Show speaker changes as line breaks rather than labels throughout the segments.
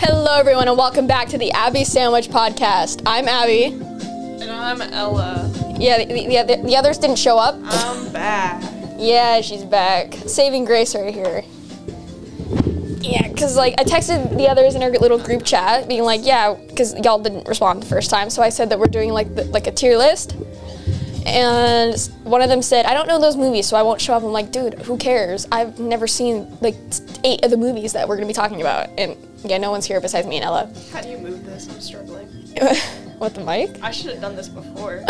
Hello, everyone, and welcome back to the Abby Sandwich Podcast. I'm Abby.
And I'm Ella.
Yeah, the, the, the, the others didn't show up.
I'm back.
Yeah, she's back. Saving grace right here. Yeah, because, like, I texted the others in our little group chat being like, yeah, because y'all didn't respond the first time. So I said that we're doing, like, the, like a tier list. And s- one of them said, I don't know those movies, so I won't show up. I'm like, dude, who cares? I've never seen, like, eight of the movies that we're going to be talking about. And, yeah, no one's here besides me and Ella.
How do you move this? I'm struggling.
What the mic?
I should have done this before.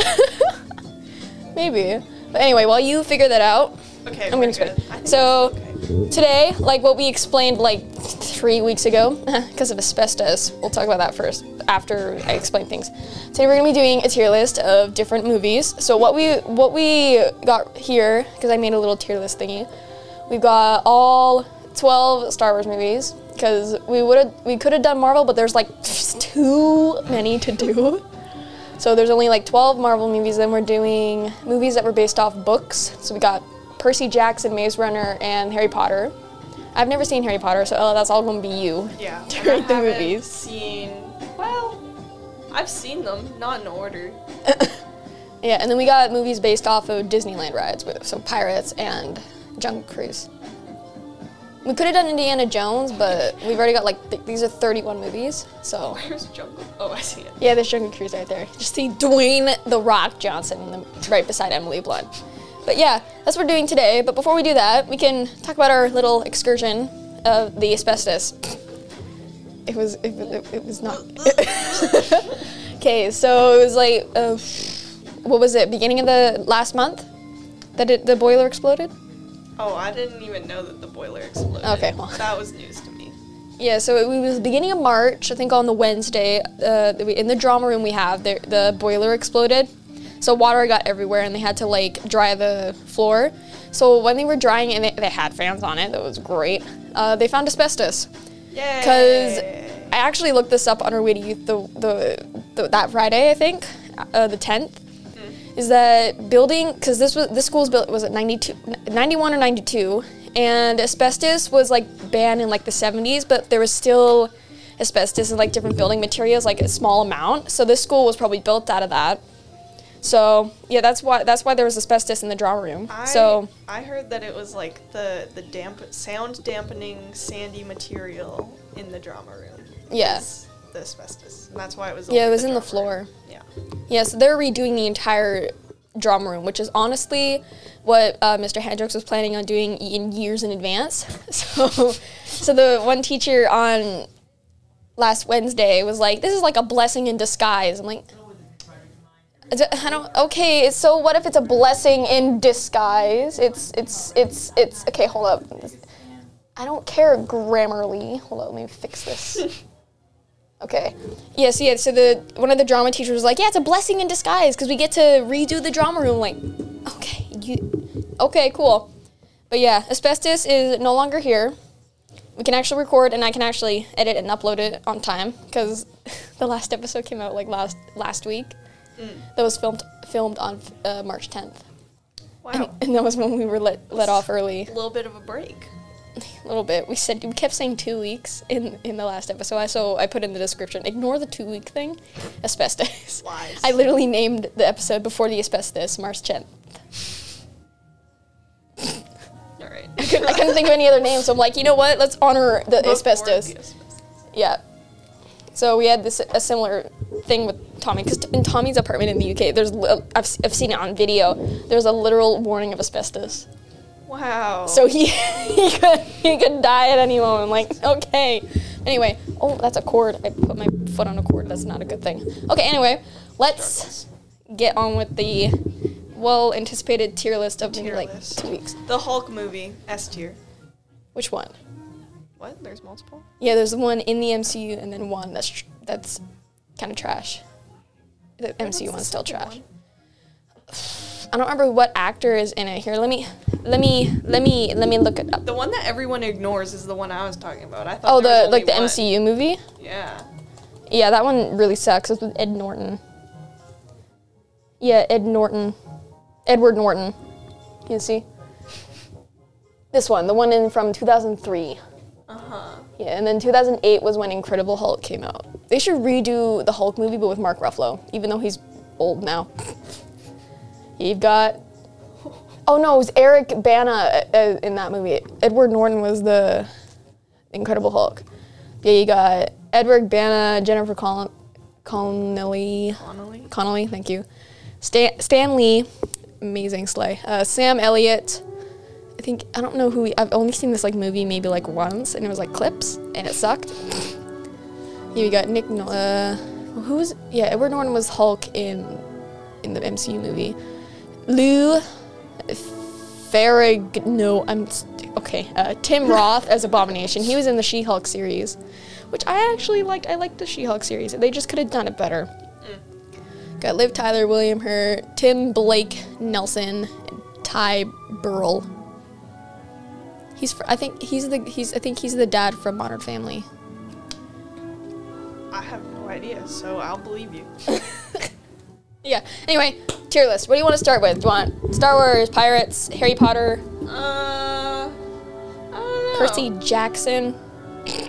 Maybe. But anyway, while you figure that out,
Okay,
I'm
we're
gonna explain.
good. I think
So
it's
today, like what we explained like three weeks ago, because of asbestos, we'll talk about that first after I explain things. Today we're gonna be doing a tier list of different movies. So what we what we got here, because I made a little tier list thingy, we got all 12 Star Wars movies. Because we would have we could have done Marvel, but there's like too many to do. So there's only like 12 Marvel movies. Then we're doing movies that were based off books. So we got Percy Jackson, Maze Runner, and Harry Potter. I've never seen Harry Potter, so Ella, that's all gonna be you.
Yeah. and
During
I
the
haven't
movies.
Seen. Well, I've seen them, not in order.
Yeah, and then we got movies based off of Disneyland rides, with- so Pirates and Jungle Cruise. We could have done Indiana Jones, but we've already got like th- these are 31 movies, so.
Where's Jungle? Oh, I see it.
Yeah, there's Jungle Cruise right there. Just see Dwayne the Rock Johnson in the, right beside Emily Blunt. But yeah, that's what we're doing today. But before we do that, we can talk about our little excursion of the asbestos. It was it, it, it was not okay. So it was like uh, what was it? Beginning of the last month that it, the boiler exploded.
Oh, I didn't even know that the boiler exploded.
Okay, well.
That was news to me.
Yeah, so it was beginning of March, I think on the Wednesday, uh, that we- in the drama room we have, the, the boiler exploded. So water got everywhere and they had to like dry the floor. So when they were drying it, they, they had fans on it, that was great. Uh, they found asbestos.
Yay.
Because I actually looked this up on our way to youth the, the, the, that Friday, I think, uh, the 10th.
Mm-hmm.
Is that building? Because this was this school's built was it 92, 91 or 92, and asbestos was like banned in like the 70s, but there was still asbestos in like different building materials, like a small amount. So this school was probably built out of that. So yeah, that's why that's why there was asbestos in the draw room.
I,
so
I heard that it was like the the damp sound dampening sandy material in the drama room.
Yeah.
is The asbestos. And that's why it was
yeah, it
only
was in the
drama room.
floor.
Yeah.
Yeah, so they're redoing the entire drama room, which is honestly what uh, Mr. Hendricks was planning on doing in years in advance. So, so the one teacher on last Wednesday was like, "This is like a blessing in disguise." I'm like, I d- "I don't. Okay, so what if it's a blessing in disguise? It's it's it's it's okay. Hold up. I don't care grammarly. Hold on, let me fix this. Okay. Yes, yeah. So the one of the drama teachers was like, "Yeah, it's a blessing in disguise because we get to redo the drama room." Like, okay, you, okay, cool. But yeah, asbestos is no longer here. We can actually record, and I can actually edit and upload it on time because the last episode came out like last last week. That was filmed filmed on uh, March 10th,
Wow.
and that was when we were let let off early.
little bit of a break.
a little bit. We said we kept saying two weeks in in the last episode, I- so I put in the description. Ignore the two week thing. Asbestos.
Lies.
I literally named the episode before the asbestos March 10th.
All right.
I couldn't think of any other name, so I'm like, you know what? Let's honor the asbestos. Yeah. So we had this a similar thing with Tommy because in Tommy's apartment in the UK, there's li- I've, s- I've seen it on video. There's a literal warning of asbestos.
Wow.
So he he could he could die at any moment. Like okay. Anyway, oh that's a cord. I put my foot on a cord. That's not a good thing. Okay. Anyway, let's get on with the well anticipated tier list of maybe
Tier
like
list.
two weeks.
the Hulk movie, S tier.
Which one?
What? There's multiple?
Yeah, there's one in the MCU and then one that's tr- that's kind of trash. The MCU
What's
one's
the
still
second
trash. I don't remember what actor is in it. Here, let me let me let me let me look it up.
The one that everyone ignores is the one I was talking about. I thought
Oh,
there
the
was
like the
only one.
MCU movie.
Yeah.
Yeah, that one really sucks. It's with Ed Norton. Yeah, Ed Norton. Edward Norton. You see? This one, the one in from 2003.
Uh huh.
Yeah, and then 2008 was when Incredible Hulk came out. They should redo the Hulk movie, but with Mark Ruffalo, even though he's old now. You've got. Oh no, it was Eric Bana uh, in that movie. Edward Norton was the Incredible Hulk. Yeah, you got Edward Bana, Jennifer Con- Connelly.
Connolly.
Connolly, thank you. Stan, Stan Lee, amazing sleigh. Uh, Sam Elliott, I think, I don't know who, he, I've only seen this like movie maybe like once, and it was like clips, and it sucked. Here we got Nick, Nol- uh, who was, yeah, Edward Norton was Hulk in, in the MCU movie. Lou Farrig, no, I'm, st- okay, uh, Tim Roth as Abomination. He was in the She-Hulk series, which I actually liked. I liked the She-Hulk series. They just could have done it better. Got Liv Tyler, William Hurt, Tim Blake Nelson, and Ty Burrell. He's fr- I think he's the he's I think he's the dad from Modern Family.
I have no idea, so I'll believe you.
Yeah. Anyway, tier list. What do you want to start with? Do you want Star Wars, Pirates, Harry Potter,
Uh, I don't know.
Percy Jackson?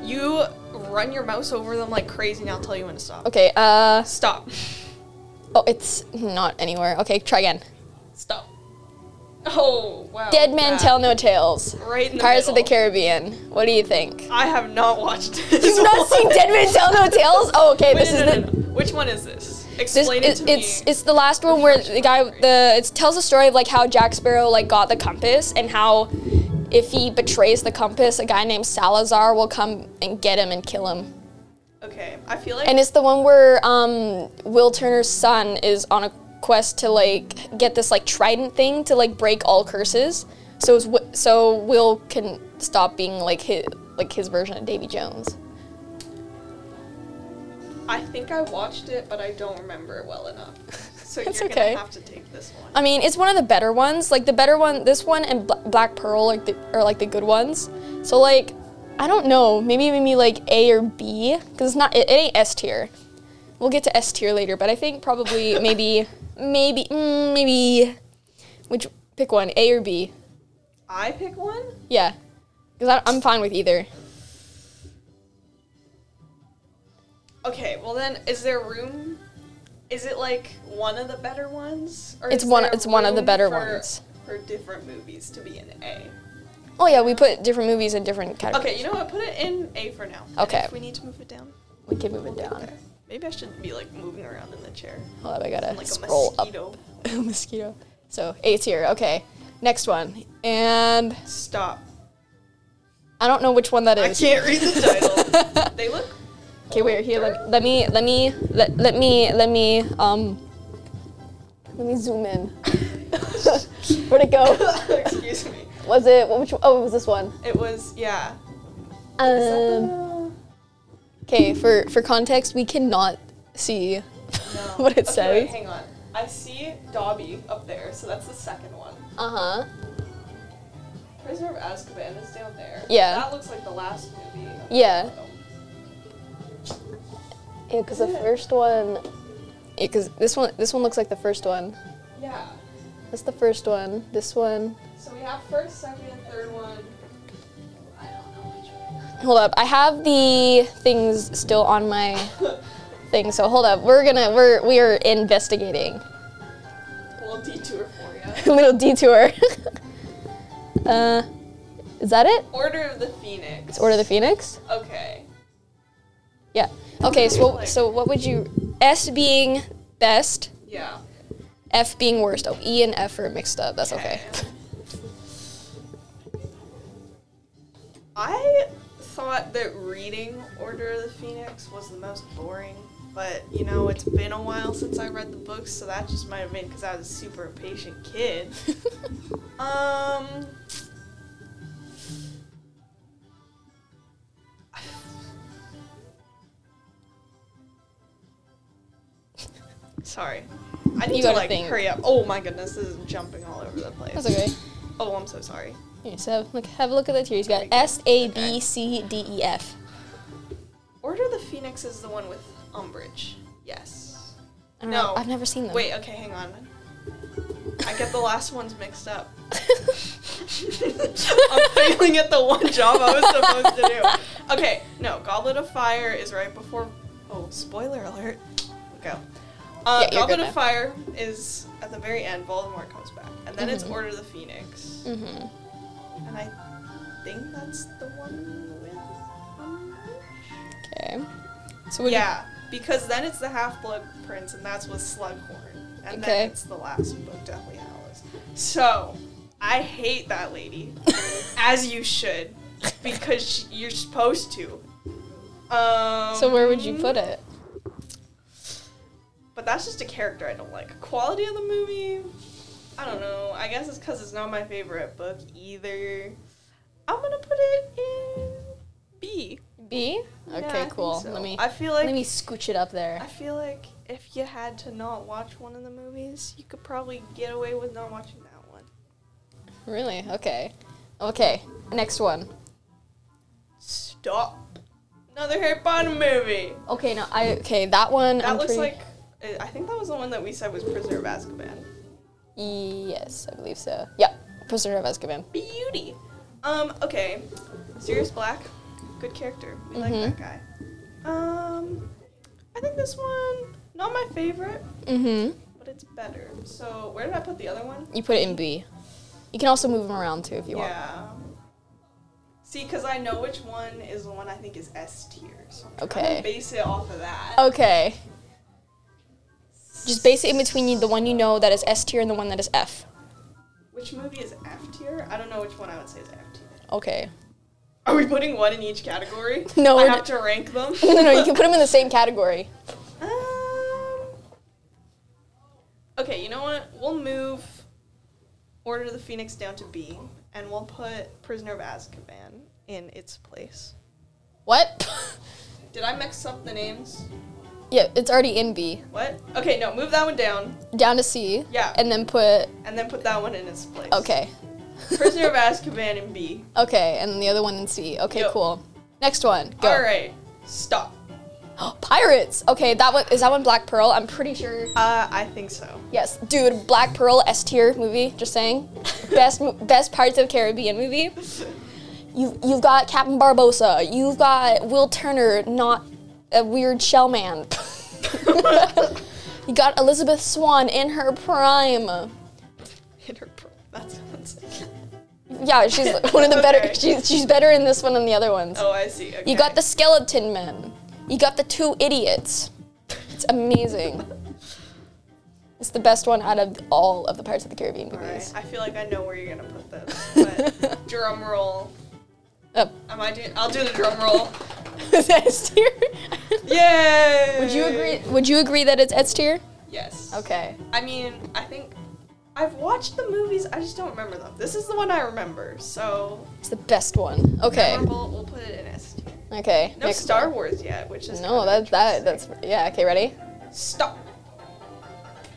you run your mouse over them like crazy, and I'll tell you when to stop.
Okay. Uh.
Stop.
Oh, it's not anywhere. Okay, try again.
Stop. Oh wow.
Dead Men
Wow.
Tell No Tales.
Right in the
Pirates of the
middle.
Caribbean. What do you think?
I have not watched this.
You've not seen Dead Men Tell No Tales? Oh, okay.
Wait,
This
no,
is
no,
the
no, no. Which one is this?
This,
Explain
it,
it, to
it's
me.
it's the last one where the guy the it tells the story of like how Jack Sparrow like got the compass and how if he betrays the compass, a guy named Salazar will come and get him and kill him.
okay, I feel like
And it's the one where um, Will Turner's son is on a quest to like get this like trident thing to like break all curses. So it's, Wi- so Will can stop being like his like his version of Davy Jones.
I think I watched it, but I don't remember it well enough. So
That's
you're
okay.
gonna have to take this one.
I mean, it's one of the better ones. Like the better one, this one and Bla- Black Pearl are, the, are like the good ones. So like, I don't know, maybe maybe like A or B because it's not it, it ain't S tier. We'll get to S tier later, but I think probably maybe maybe mm, maybe which pick one A or B?
I pick one.
Yeah, because I'm fine with either.
Okay, well then, is there room? Is it like one of the better ones? Or
It's
is
one-
there
it's one of the
room
better
for-
ones.
For different movies to be in A.
Oh yeah, we put different movies in different categories.
Okay, you know what? Put it in A for now. And
Okay.
if we need to move it down.
we can move it down.
Okay. Maybe I shouldn't be like moving around in the chair.
Hold up, I gotta
I'm like
scroll
a
up.
mosquito.
mosquito. So A tier. Okay, next one and.
Stop.
I don't know which one that
I
is.
can't read the title. they look.
Okay, wait here. Let, let me let me let, let me let me um let me zoom in. Where'd it go?
Excuse me.
Was it what- which? one- Oh, it was this one.
It was yeah.
Um. Okay, for for context, we cannot see what it
Okay,
says.
wait, hang on. I see Dobby up there, so that's the second one.
Uh huh.
Prisoner of Azkaban is down there.
Yeah.
That looks like the last movie. of
Yeah.
the film.
Yeah, because the first one. Yeah, because this one this one looks like the first one.
Yeah.
That's the first one. This one.
So we have first, second, and third one. I don't know which one.
Hold up. I have the things still on my thing. So hold up. We're gonna we're we are investigating.
We'll detour for you.
Little detour. uh, is that it?
Order of the Phoenix.
It's Order of the Phoenix.
Okay.
Yeah. Okay. So so what would you S being best,
Yeah.
F being worst. Oh, E and F are mixed up. That's okay.
I thought that reading Order of the Phoenix was the most boring, but you know, it's been a while since I read the books, so that just might have been because I was a super impatient kid. um. Sorry. I need
You
to
gotta
like
think.
hurry up. Oh my goodness, this is jumping all over the place.
That's okay.
Oh, I'm so sorry.
Here, so have, look, have a look at the tiers. You got S A B C D E F.
Order of the Phoenix is the one with umbrage. Yes.
I don't
No.
know. I've never seen them.
Wait, okay, hang on. I get the last ones mixed up. I'm failing failing at the one job I was supposed to do. Okay, no, Goblet of Fire is right before. Oh, spoiler alert. Go. Uh,
Yeah, you're
Goblet
good
of
now.
Fire is at the very end. Voldemort comes back, and then it's
Mhm.
Order of the Phoenix,
Mm-hmm.
and I think that's the one with.
Okay. So would
yeah, because then it's the Half Blood Prince, and that's with Slughorn, and
Okay.
then it's the last book, Deathly Hallows. So I hate that lady, as you should, because sh- you're supposed to. Um,
you, so where would you put it?
But that's just a character I don't like. Quality of the movie, I don't know. I guess it's because it's not my favorite book either. I'm gonna put it in B.
B.
Yeah, I
Okay,
think
cool.
so.
Let me
I feel like
let me scooch it up there.
I feel like if you had to not watch one of the movies, you could probably get away with not watching that one.
Really? Okay. Okay. Next one.
Stop. Another Harry Potter movie.
Okay, no, I okay that one.
That
I'm
looks
pretty-
like. I- I think that was the one that we said was Prisoner of Azkaban.
yes, I believe so. Yeah, Prisoner of Azkaban.
Beauty. Um. Okay. Sirius Black, good character. We like
Mhm.
that guy. Um. I think this one not my favorite,
Mm-hmm.
but it's better. So where did I put the other one?
You put it in B. You can also move them around too if you want.
yeah. See, because I know which one is the one I think is S tier. So I'm
Okay. Oh.
gonna base it off of that.
Okay. Just base it in between you- the one you know that is S tier and the one that is F.
Which movie is F tier? I don't know which one I would say is F tier.
Okay.
Are we putting one in each category?
No,
I
we're
have
d-
to rank them.
No, no, no. You can put them in the same category.
Um, okay, you know what? We'll move Order of the Phoenix down to B, and we'll put Prisoner of Azkaban in its place.
What?
Did I mix up the names?
yeah, it's already in B.
What? Okay, no, move that one down,
Down to C.
Yeah.
And then put
and then put that one in its place.
okay.
Prisoner of Azkaban in B.
Okay, and the other one in C. Okay,
Yep.
cool. Next one. Go.
All right, stop.
Pirates. Okay, that one is that one Black Pearl. I'm pretty sure.
Uh, I think so.
Yes, dude. Black Pearl S tier movie. Just saying, best mo- best Pirates of the Caribbean movie. You you've got Captain Barbosa. You've got Will Turner, not a weird shell man. you got Elizabeth Swan in her prime.
Hit her. Pro- that's that's-
Yeah, she's one of the
Okay.
better. She's she's better in this one than the other ones.
Oh, I see. Okay.
You got the Skeleton Men. You got the Two Idiots. It's amazing. it's the best one out of all of the Pirates of the Caribbean
All right.
movies.
I feel like I know where you're gonna put this, but drum roll.
Oh,
Am I doing? I'll do the drum roll.
it's S tier.
Yay!
would you agree? Would you agree that it's S tier?
Yes.
Okay.
I mean, I think I've watched the movies. I just don't remember them. This is the one I remember. So
It's the best one. Okay.
memorable. We'll put it in S tier.
Okay.
No
next
Star
one.
Wars yet, which is
No,
kind
that
of
that that's
interesting.
yeah. Okay, ready?
stop.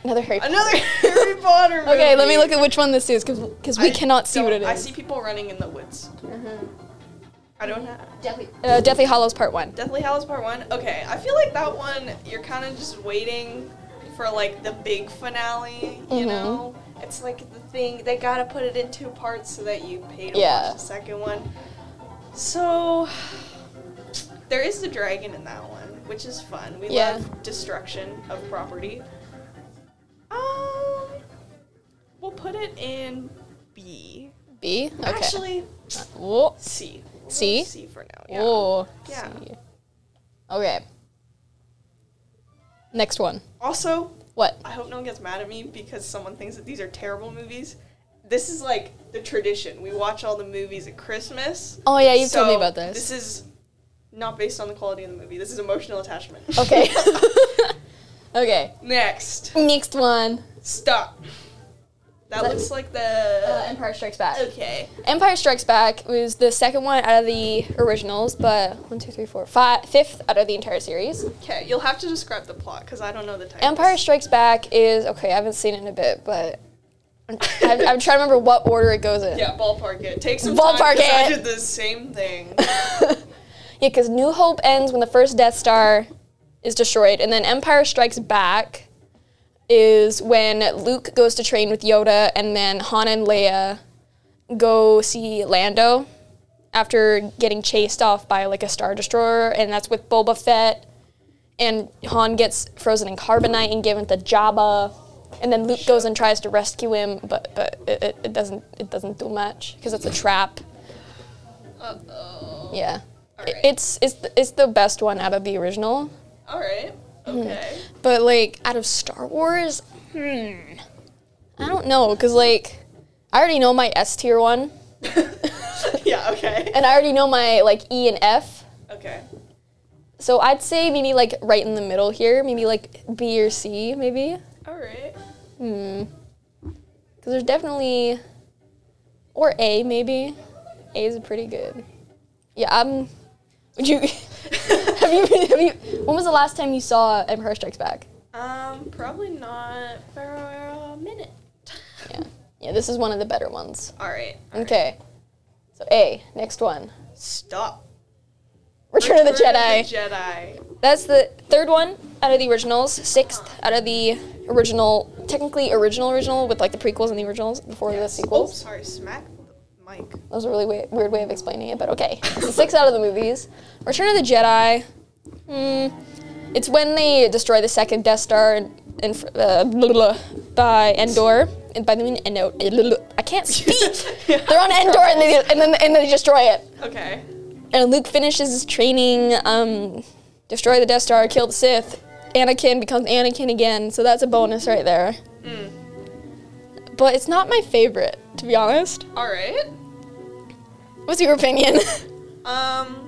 Another Harry.
Another Harry Potter movie.
okay, let me look at which one this is, because we
I
cannot see what it
don't-
is. Mm-hmm.
I see people running in the woods. I don't know.
Deathly, uh, Deathly Hollows Part One.
Deathly Hallows Part One. Okay, I feel like that one you're kind of just waiting for like the big finale.
Mhm.
You know, it's like the thing they gotta put it in two parts so that you pay to
Yeah.
watch the second one. So there is the dragon in that one, which is fun. We
Yeah.
love destruction of property. Um, we'll put it in B.
B. Okay.
Actually,
Whoa.
C. We'll
C?
C for now. Yeah.
Oh,
Yeah.
see. Okay. Next one.
Also,
What?
I hope no one gets mad at me because someone thinks that these are terrible movies. This is like the tradition. We watch all the movies at Christmas.
Oh yeah, you've told me
So
about this.
This is not based on the quality of the movie. This is emotional attachment.
okay. okay.
Next.
Next one.
Stop. That
Let-
looks like the
Uh, Empire Strikes Back.
Okay.
Empire Strikes Back was the second one out of the originals, but one, two, three, four, five, fifth out of the entire series.
Okay, you'll have to describe the plot because I don't know the title.
Empire Strikes Back is okay. I haven't seen it in a bit, but I'm, I'm I'm trying to remember what order it goes in.
Yeah, ballpark it. Take some
Ballpark
time 'cause I
it.
did the same thing.
Yeah, because New Hope ends when the first Death Star is destroyed, and then Empire Strikes Back is when Luke goes to train with Yoda, and then Han and Leia go see Lando, after getting chased off by like a star destroyer, and that's with Boba Fett. And Han gets frozen in carbonite and given to Jabba, and then Luke goes and tries to rescue him, but but it, it, it doesn't it doesn't do much because it's a trap.
Uh oh.
Yeah,
All
It-
right.
it's it's the, it's the best one out of the original,
All right.
Hmm.
Okay.
but like out of Star Wars, hmm, I don't know because like I already know my S tier one,
yeah. Okay.
and I already know my like E and F.
Okay.
So I'd say maybe like right in the middle here, maybe like B or C, maybe.
All right.
Hmm. Because there's definitely, or A maybe. A is pretty good. Yeah. Um. Would you? have you? Have you? When was the last time you saw Empire Strikes Back?
Um, probably not for a minute.
Yeah. Uh, Yeah. This is one of the better ones.
All right.
Okay. So A. Next one.
Stop.
Return, of the Jedi.
Jedi.
That's the third one out of the originals. Sixth out of the original, technically original, original with like the prequels and the originals before the
Oh,
sequels.
sorry. Smack the mic.
That was a really wa- weird way of explaining it, but okay. So six out of the movies. Return of the Jedi. Hmm. It's when they destroy the second Death Star and, and uh, blah, blah, blah, by Endor. And by the way, Endor. I can't speak. They're on Endor and they and then and they destroy it.
Okay.
And Luke finishes his training, um, destroy the Death Star, kill the Sith. Anakin becomes Anakin again, so that's a bonus right there. But it's not my favorite, to be honest.
All right.
What's your opinion?
Um,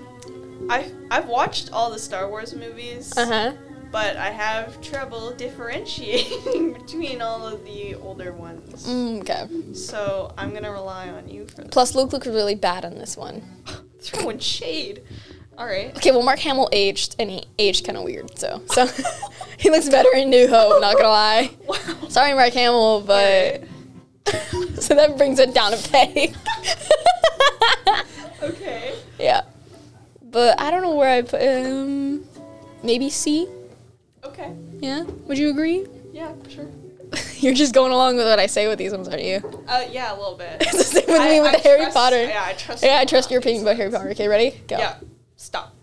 I I've watched all the Star Wars movies,
huh.
but I have trouble differentiating between all of the older ones.
Mm, Okay.
So I'm gonna rely on you for
Plus, Luke looked really bad in this one.
this. throwing shade. All right.
Okay, well, Mark Hamill aged, and he aged kind of weird, so so he looks better in New Hope. Not gonna lie.
Wow.
Sorry, Mark Hamill, but so that brings it down a peg.
Okay.
Yeah. But I don't know where I put um maybe C.
Okay.
Yeah. Would you agree?
Yeah. Sure.
You're just going along with what I say with these ones, aren't you?
Uh, yeah, a little bit.
It's the same with
I-
me with
I
Harry
trust-
Potter.
Yeah, I trust.
Yeah,
you
I
on
trust your
these
opinion about Harry
ones.
Potter. Okay, ready? Go.
Yeah. Stop.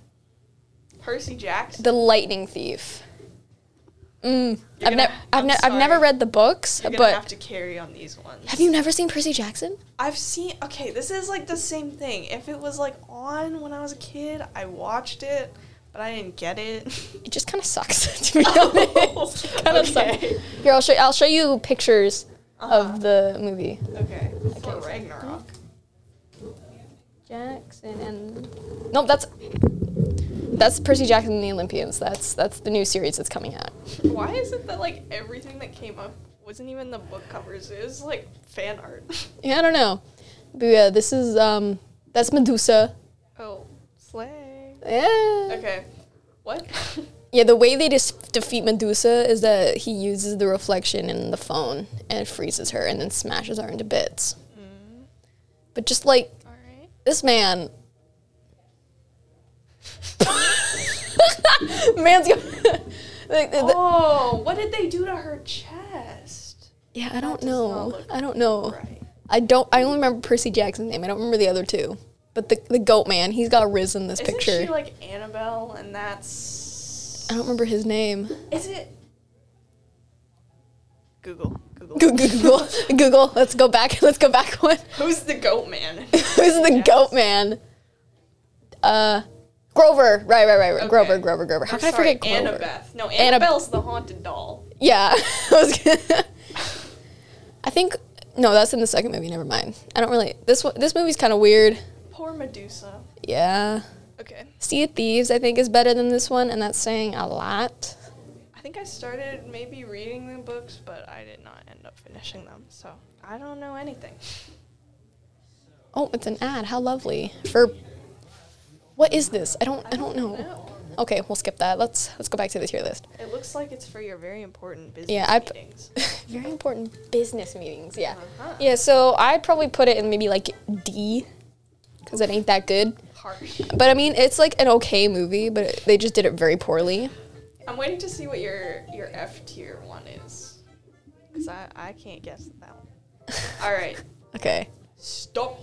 Percy Jackson.
The Lightning Thief. Mm.
You're
I've
gonna-
never I've,
I'm
ne- I've
sorry.
never read the books,
You're gonna
but
have to carry on these ones.
have you never seen Percy Jackson?
I've seen. Okay, this is like the same thing. If it was like on when I was a kid, I watched it, but I didn't get it.
It just kind of sucks to be honest. kind of
Oh, Okay.
sucks. Here, I'll show I'll show you pictures
Uh-huh.
of the movie.
Okay. For
so-
Ragnarok.
Jackson and no, that's that's Percy Jackson and the Olympians. That's that's the new series that's coming out.
Why is it that like everything that came up wasn't even the book covers? It was like fan art.
Yeah, I don't know, but yeah, this is um that's Medusa.
oh, slay.
Yeah.
Okay. What?
Yeah, the way they dis- defeat Medusa is that he uses the reflection in the phone and it freezes her and then smashes her into bits. Mm. But just like
All right.
this man. Man's go- like, the- the-
Oh, what did they do to her chest?
yeah, I don't
does not
know.
look
I don't know.
Right.
I don't. I only remember Percy Jackson's name. I don't remember the other two. But the the goat man, he's got Riz in this
Isn't
picture.
she like Annabelle? And that's.
I don't remember his name.
Is it? Google. Google.
Google, Google, Google. Let's go back. Let's go back one.
Who's the goat man?
Who's the
Yes.
goat man? Uh, Grover. Right, right, right. right. Grover,
Okay.
Grover, Grover. How
Or
can
sorry,
I forget Grover?
Annabeth. No,
Annab-
Annabelle's the haunted doll.
Yeah. I was gonna- I think no, that's in the second movie. Never mind. I don't really. This one. This movie's kind of weird.
Poor Medusa.
Yeah.
Okay.
Sea of Thieves, I think, is better than this one, and that's saying a lot.
I think I started maybe reading the books, but I did not end up finishing them. So I don't know anything.
Oh, it's an ad. How lovely. For what is this? I don't I don't know.
No.
Okay, we'll skip that. Let's let's go back to the tier list.
It looks like it's for your very important business
Yeah, I p-
meetings.
Very important business meetings, yeah.
Uh-huh.
Yeah, so I'd probably put it in maybe like D cuz it ain't that good.
Harsh.
But I mean, it's like an okay movie, but it, they just did it very poorly.
I'm waiting to see what your your F tier one is, because I I can't guess that one. All right.
Okay.
Stop.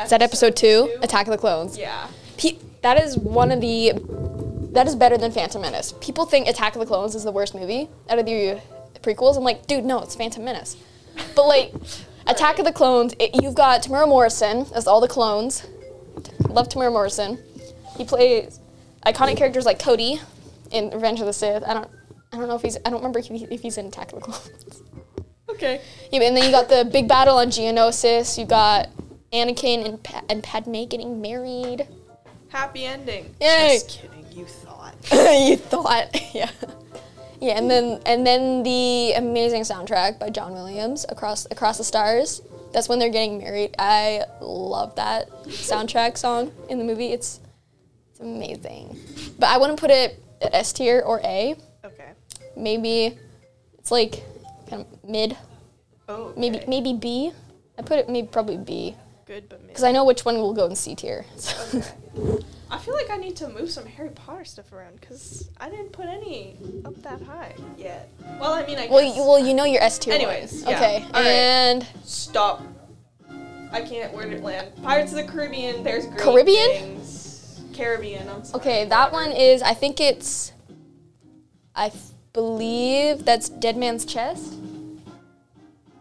Is that episode two? Attack of the Clones.
Yeah.
Pe- that is one of the. That is better than Phantom Menace. People think Attack of the Clones is the worst movie out of the prequels. I'm like, dude, no, it's Phantom Menace. But like, Attack of the Clones, it, you've got Tamara Morrison as all the clones. Love Tamara Morrison. He plays iconic characters like Cody in Revenge of the Sith. I don't, I don't know if he's, I don't remember if, he, if he's in Attack of the Clones.
Okay.
Yeah, and then you got the big battle on Geonosis. You got Anakin and, pa- and Padme getting married.
Happy ending.
Yay.
Just kidding. You thought.
you thought, yeah, yeah, and then and then the amazing soundtrack by John Williams, Across Across the Stars. That's when they're getting married. I love that soundtrack song in the movie. It's it's amazing, but I wouldn't put it at S tier or A.
Okay.
Maybe it's like kind of mid,
Oh. Okay.
maybe maybe B. I put it maybe probably B.
Good, but maybe.
because I know which one will go in C tier. So.
I feel like I need to move some Harry Potter stuff around because I didn't put any up that high yet. Well, I mean, I
well,
guess.
you, well, you know your S tier. one.
Anyways, yeah.
okay,
All right.
and
Stop. I can't. Where did it land? Pirates of the Caribbean. There's great
Caribbean?
things. Caribbean. I'm sorry.
okay, that one is. I think it's. I f- believe that's Dead Man's Chest.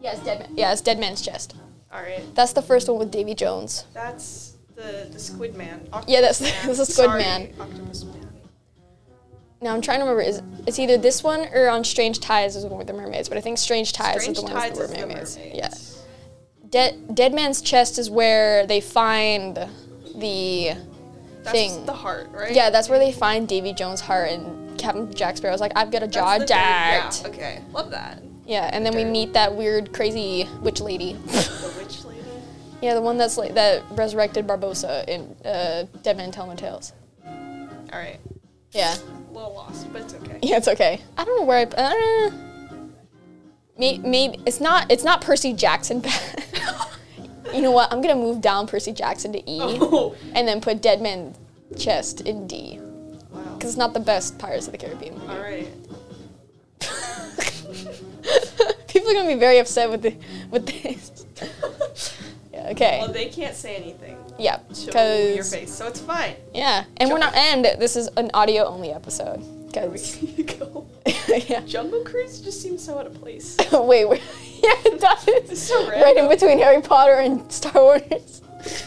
Yes, Dead Man. Yeah, it's Dead Man's Chest.
All right.
That's the first one with Davy Jones.
That's the the Squid Man. Octopus
Yeah, that's- that's the Squid
Sorry,
Man.
Octopus Man.
Now I'm trying to remember. Is it's either this one or on Strange Ties is the one with the mermaids, but I think Strange Ties
Strange
is the one with
Tides
the
is the
mermaids. Yeah.
mermaids.
Dead Dead Man's Chest is where they find the
That's
Thing.
the heart, right?
Yeah, that's where they find Davy Jones' heart, and Captain Jack Sparrow's like, "I've got a jaw
That's the third- yeah,
jacked."
Okay. Love that.
Yeah, and then we
Dirt.
meet that weird, crazy witch lady.
The witch lady.
yeah, the one that's like that resurrected Barbosa in uh, Dead Man Tell No Tales.
All right.
Yeah,
A little lost, but it's okay.
yeah, it's okay. I don't know where I. Uh, maybe, maybe it's not. It's not Percy Jackson. you know what? I'm gonna move down Percy Jackson to E,
Oh.
and then put Dead Man Chest in D,
Wow.
because it's not the best Pirates of the Caribbean.
All right.
People are gonna be very upset with the with this. yeah, okay.
Well, they can't say anything
Yeah.
to your
Because
face, so it's fine.
yeah, and we're not. And this is an audio only episode.
We
Because
can go.
yeah.
Jungle Cruise just seems so out of place.
Wait. We're, yeah, it does.
so
right in
random.
between Harry Potter and Star Wars.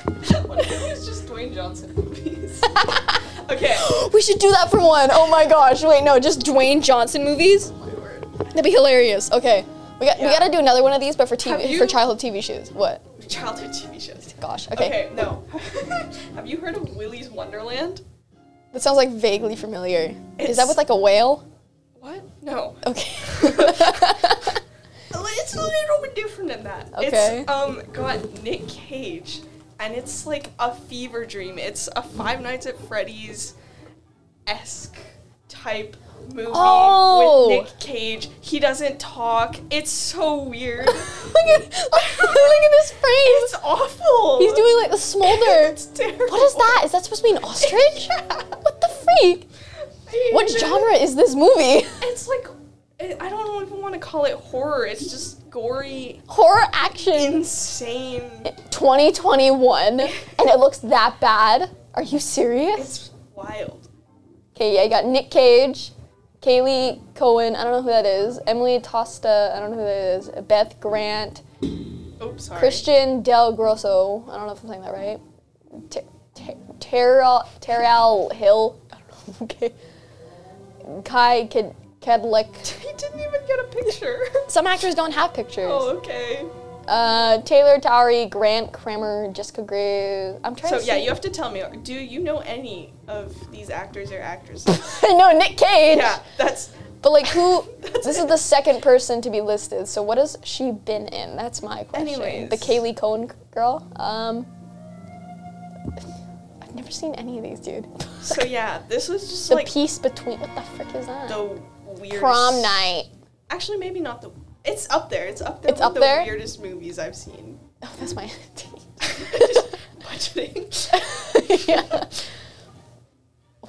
what if it was just Dwayne Johnson movies? okay. Oh
we should do that for one. Oh my gosh. Wait, no, just Dwayne Johnson movies.
My word.
That'd be hilarious. Okay. We got we
Yeah.
gotta do another one of these, but for
Have
TV
you-
for childhood TV shows. What?
Childhood TV shows.
Gosh.
Okay, no. Have you heard of Willy's Wonderland?
That sounds like vaguely familiar. Is that
It's-
with like a whale?
What? No.
Okay.
It's a little bit different than that.
Okay.
It's um got Nick Cage and it's like a fever dream. It's a Five Nights at Freddy's esque type movie
Oh.
with Nick Cage. He doesn't talk. It's so weird.
look, at, look at this
it's
face.
awful.
He's doing like the smolder.
it's terrible.
What is that? Is that supposed to be an ostrich?
Yeah.
What the freak?
I hate
What
it.
genre is this movie?
It's like I I don't even want to call it horror. It's just gory,
Horror action
insane.
2021 and it looks that bad. Are you serious?
It's wild.
Okay, yeah, you got Nick Cage, Kaylee Cohen, I don't know who that is, Emily Tosta, I don't know who that is, Beth Grant,
Oops, sorry.
Christian Del Grosso. I don't know if I'm saying that right. Ter- Ter- Terrell Terrell Hill. I don't know. Okay. Kai Ked- Kedlick.
He didn't even get a picture.
Some actors don't have pictures.
oh, okay.
Uh, Taylor Towery, Grant Kramer, Jessica Greer. I'm trying
So
to.
yeah,
see-
you have to tell me. Do you know any of these actors or actresses?
no, Nick Cage.
yeah, that's
But like, who?
That's
this is
it.
the second person to be listed. So what has she been in? That's my question.
Anyways.
The Kaylee Cohen girl. Um. I've never seen any of these, dude.
so yeah. This was just
the
like
piece between what the frick is that?
the weirdest
Prom night.
Actually, maybe not the. It's up there. It's up there.
It's
with
up
the
there?
Weirdest movies I've seen.
Oh, that's my.
Just budgeting.
yeah.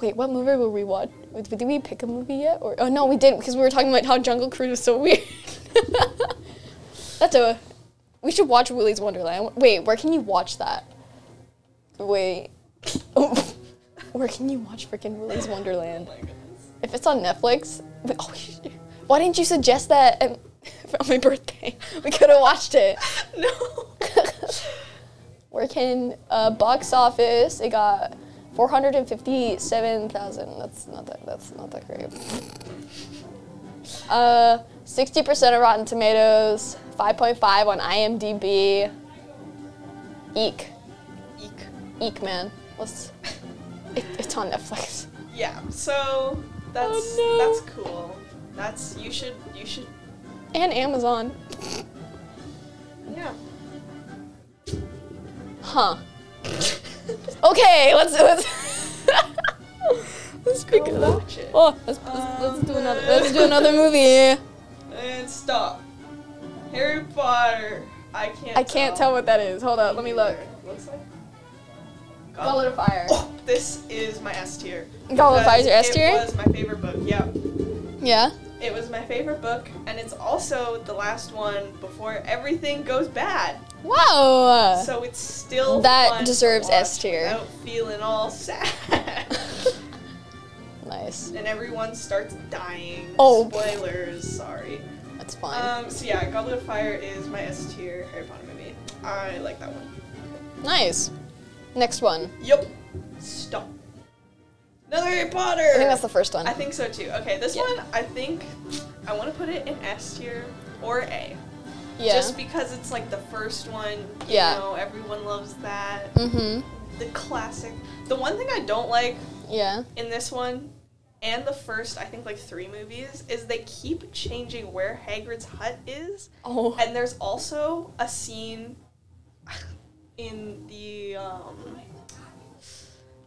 Wait, what movie were we watch? Wait, Did we pick a movie yet? Or oh no, we didn't because we were talking about how Jungle Cruise was so weird. that's a. We should watch Willy's Wonderland. Wait, where can you watch that? Wait. Where can you watch freaking Willy's Wonderland?
Oh my goodness.
If it's on Netflix, but, oh, you- why didn't you suggest that um, on my birthday? We could have watched it.
No.
Working uh, box office, it got four hundred and fifty-seven thousand. That's not that. That's not that great. Uh, sixty percent of Rotten Tomatoes, five point five on IMDb. Eek,
Eek.
eek, man. Let's. It, it's on Netflix.
Yeah. So that's
Oh, no.
that's cool. That's you should you should
And Amazon.
yeah.
Huh. Okay, let's let's let's pick it up.
watch it.
Oh, let's, let's, let's do another let's do another movie.
And stop. Harry Potter. I can't.
I can't tell what that is. Hold up, let me look.
Looks like.
Goblet of Fire.
Oh, this is my S tier.
Goblet of Fire is your S
Because
tier?
It was my favorite book. Yeah,
Yeah.
it was my favorite book, and it's also the last one before everything goes bad.
Wow.
So it's still
That
fun to
deserves
watch
S tier.
Without feeling all sad,
nice.
and everyone starts dying.
Oh.
spoilers! Sorry.
That's fine.
Um. So yeah, Goblet of Fire is my S tier Harry Potter movie. I like that one.
nice. Next one.
Yup. Stop. Another Harry Potter.
I think that's the first one.
I think so too. Okay, this
Yeah.
one I think I want to put it in S tier or A,
yeah.
just because it's like the first one. You
Yeah.
know, everyone loves that.
mm-hmm.
The classic. The one thing I don't like
Yeah.
in this one, and the first I think like three movies, is they keep changing where Hagrid's hut is,
Oh.
and there's also a scene in the um.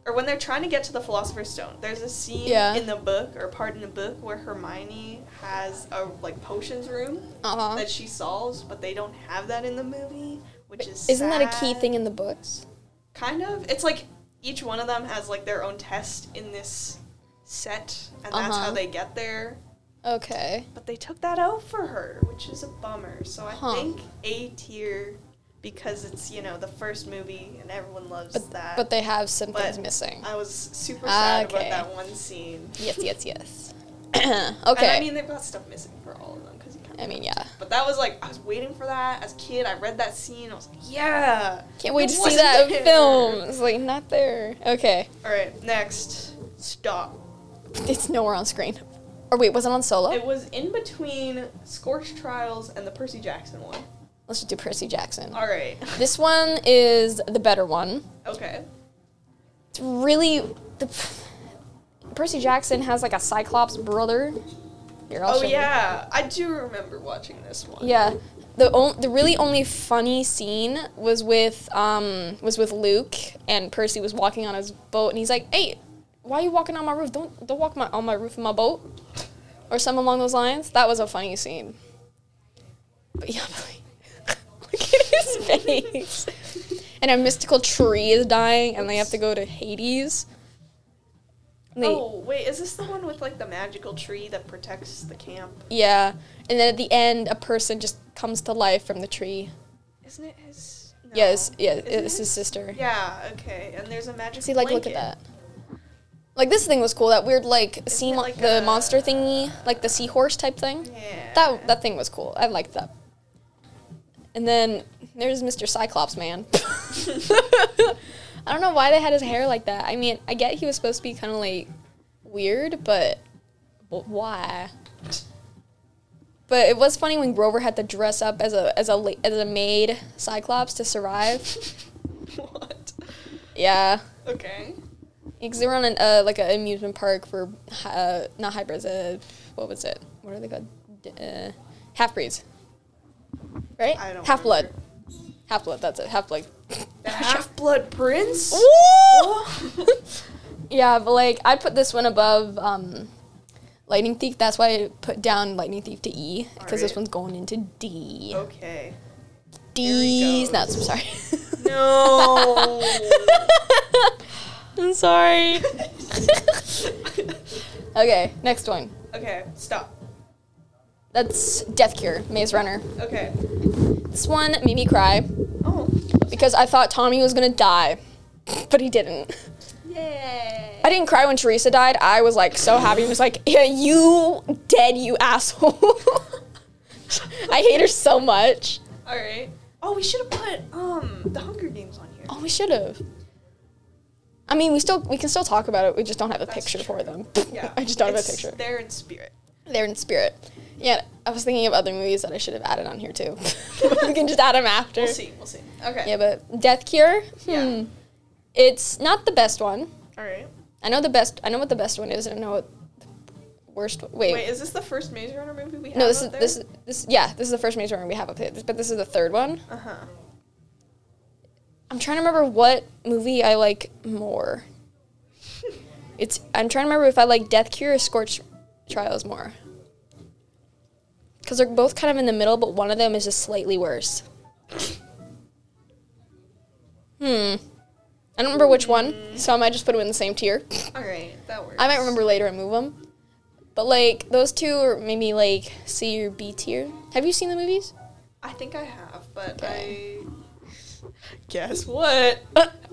Or when they're trying to get to the Philosopher's Stone, there's a scene
Yeah.
in the book or part in the book where Hermione has a like potions room
Uh huh.
that she solves, but they don't have that in the movie, which is
Isn't that a key
sad.
thing in the books?
Kind of. It's like each one of them has like their own test in this set, and that's
Uh-huh.
how they get there.
Okay.
But they took that out for her, which is a bummer. So I
Huh.
think A tier because it's you know the first movie and everyone loves that.
But they have some
But
things missing.
I was super sad
Okay.
about that one scene.
yes, yes, yes.
Okay.
okay.
And I mean they've got stuff missing for all of them because you kind of.
yeah.
But that was like I was waiting for that as a kid. I read that scene. I was like, yeah.
Can't wait
It
to see
wasn't
that
there.
in film. It's like not there. Okay.
All right, next. Stop.
It's nowhere on screen. Or wait, was it on solo?
It was in between Scorch Trials and the Percy Jackson one.
Let's just do Percy Jackson.
All right.
This one is the better one.
Okay.
It's really the Percy Jackson has like a Cyclops brother. Here, I'll
Oh
show you.
yeah, I do remember watching this one.
Yeah. The on, the really only funny scene was with um was with Luke and Percy was walking on his boat and he's like, "Hey, why are you walking on my roof? Don't don't walk my on my roof of my boat." Or something along those lines. That was a funny scene. But yeah, but like, look at his face. and a mystical tree is dying and they have to go to Hades. And they-
Oh wait, is this the one with like the magical tree that protects the camp?
Yeah. And then at the end a person just comes to life from the tree.
Isn't it his? No.
Yes, yeah,
Isn't
it's
it
his sister.
Yeah. Okay. And there's a magic.
See, like, look at that. Like this thing was cool. That weird, like, sea,
it
mon
like
the
a-
monster thingy, like the seahorse type thing.
Yeah.
That that thing was cool. I liked that. And then there's Mr. Cyclops man. I don't know why they had his hair like that. I mean, I get he was supposed to be kind of like weird, but wh- why? But it was funny when Grover had to dress up as a as a la- as a maid Cyclops to survive.
what?
yeah.
Okay.
Because they were on an, uh, like an amusement park for uh, not hybrids. Uh, what was it? What are they called? D- Uh, half breeds, right?
I don't
half blood. Half blood. That's it. Half blood.
Half Blood Prince.
yeah, but like I'd put this one above um, lightning thief. That's why I put down lightning thief to E because this
Alright. Oh,
one's going into D.
okay.
D's. No, I'm
goes.
sorry.
No.
I'm sorry. okay, next one.
okay. Stop.
That's Death Cure, Maze Runner.
Okay.
This one made me cry
Oh.
because I thought Tommy was gonna die. but he didn't.
Yay!
I didn't cry when Teresa died. I was like so happy. I was like, yeah, you dead, you asshole. I hate her so much.
All right. Oh, we should have put um the Hunger Games on here.
Oh, we should have. I mean, we still we can still talk about it. We just don't have a
That's
picture
true.
for them.
Yeah.
I just don't have a
it's
picture.
There in spirit.
They're in spirit. Yeah, I was thinking of other movies that I should have added on here too. we can just add them after.
We'll see. We'll see. Okay.
Yeah, but Death Cure. Hmm.
Yeah.
It's not the best one.
All right.
I know the best. I know what the best one is. and I know what the worst. One. Wait.
Wait, is this the first Maze Runner movie we have?
no, this
out
is
there?
this is this. Yeah, this is the first Maze Runner we have up here, but this is the third one.
Uh huh.
I'm trying to remember what movie I like more. It's I'm trying to remember if I like Death Cure or Scorch Trials more. Cause they're both kind of in the middle, but one of them is just slightly worse. Hmm. I don't remember which one, so I might just put them in the same tier.
All right, that works.
I might remember later and move them. But like those two are maybe like C or B tier. Have you seen the movies?
I think I have, but
Okay.
I. Guess what?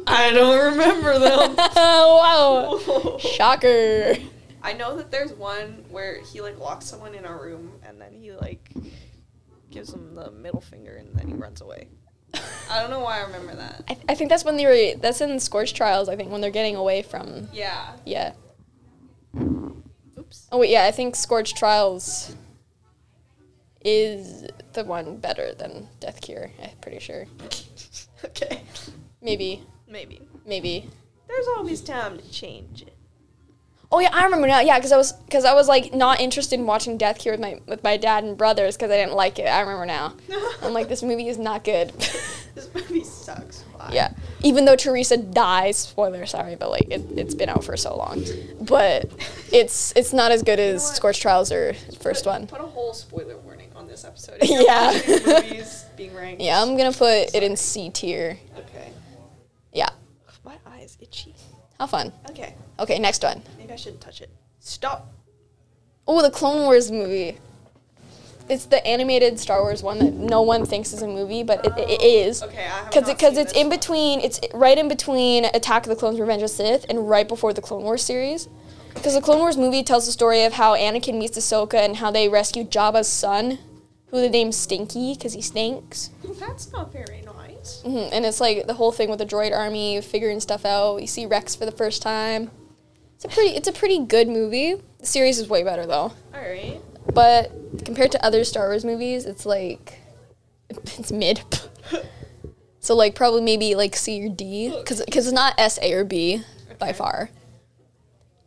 I don't remember them.
wow. Shocker.
I know that there's one where he like locks someone in a room and then he like gives them the middle finger and then he runs away. I don't know why I remember that.
I, I think that's when they were. That's in Scorch Trials. I think when they're getting away from.
Yeah.
Yeah.
Oops.
Oh wait, yeah. I think Scorch Trials is the one better than Death Cure. I'm pretty sure.
okay.
Maybe.
Maybe.
Maybe.
There's always time to change it.
Oh yeah, I remember now. Yeah, because I was because I was like not interested in watching Death Cure with my with my dad and brothers because I didn't like it. I remember now. I'm like this movie is not good.
this movie sucks. Why?
yeah. Even though Teresa dies, spoiler, sorry, but like it, it's been out for so long, but it's it's not as good as
what?
Scorch Trials or first
Put-
one.
Put a whole spoiler warning on this episode.
Yeah.
If you're watching Movies being ranked.
Yeah, I'm gonna put it in C tier.
Okay.
Yeah,
Ugh, My eye's itchy.
how fun.
Okay.
Okay, next one.
Maybe I shouldn't touch it. Stop.
Oh, the Clone Wars movie. It's the animated Star Wars one that no one thinks is a movie, but it, it, it is.
Okay, I have
Because
not
because
seen
it's
this
in
one.
between, it's right in between Attack of the Clones, Revenge of the Sith, and right before the Clone Wars series. Because the Clone Wars movie tells the story of how Anakin meets Ahsoka and how they rescue Jabba's son, who they name Stinky because he stinks.
That's not very nice.
hmm And it's like the whole thing with the droid army figuring stuff out. You see Rex for the first time. It's a pretty it's a pretty good movie. The series is way better though.
All right.
But compared to other Star Wars movies, it's like it's mid. so like probably maybe like C or D because it's not S A or B by
Okay.
far.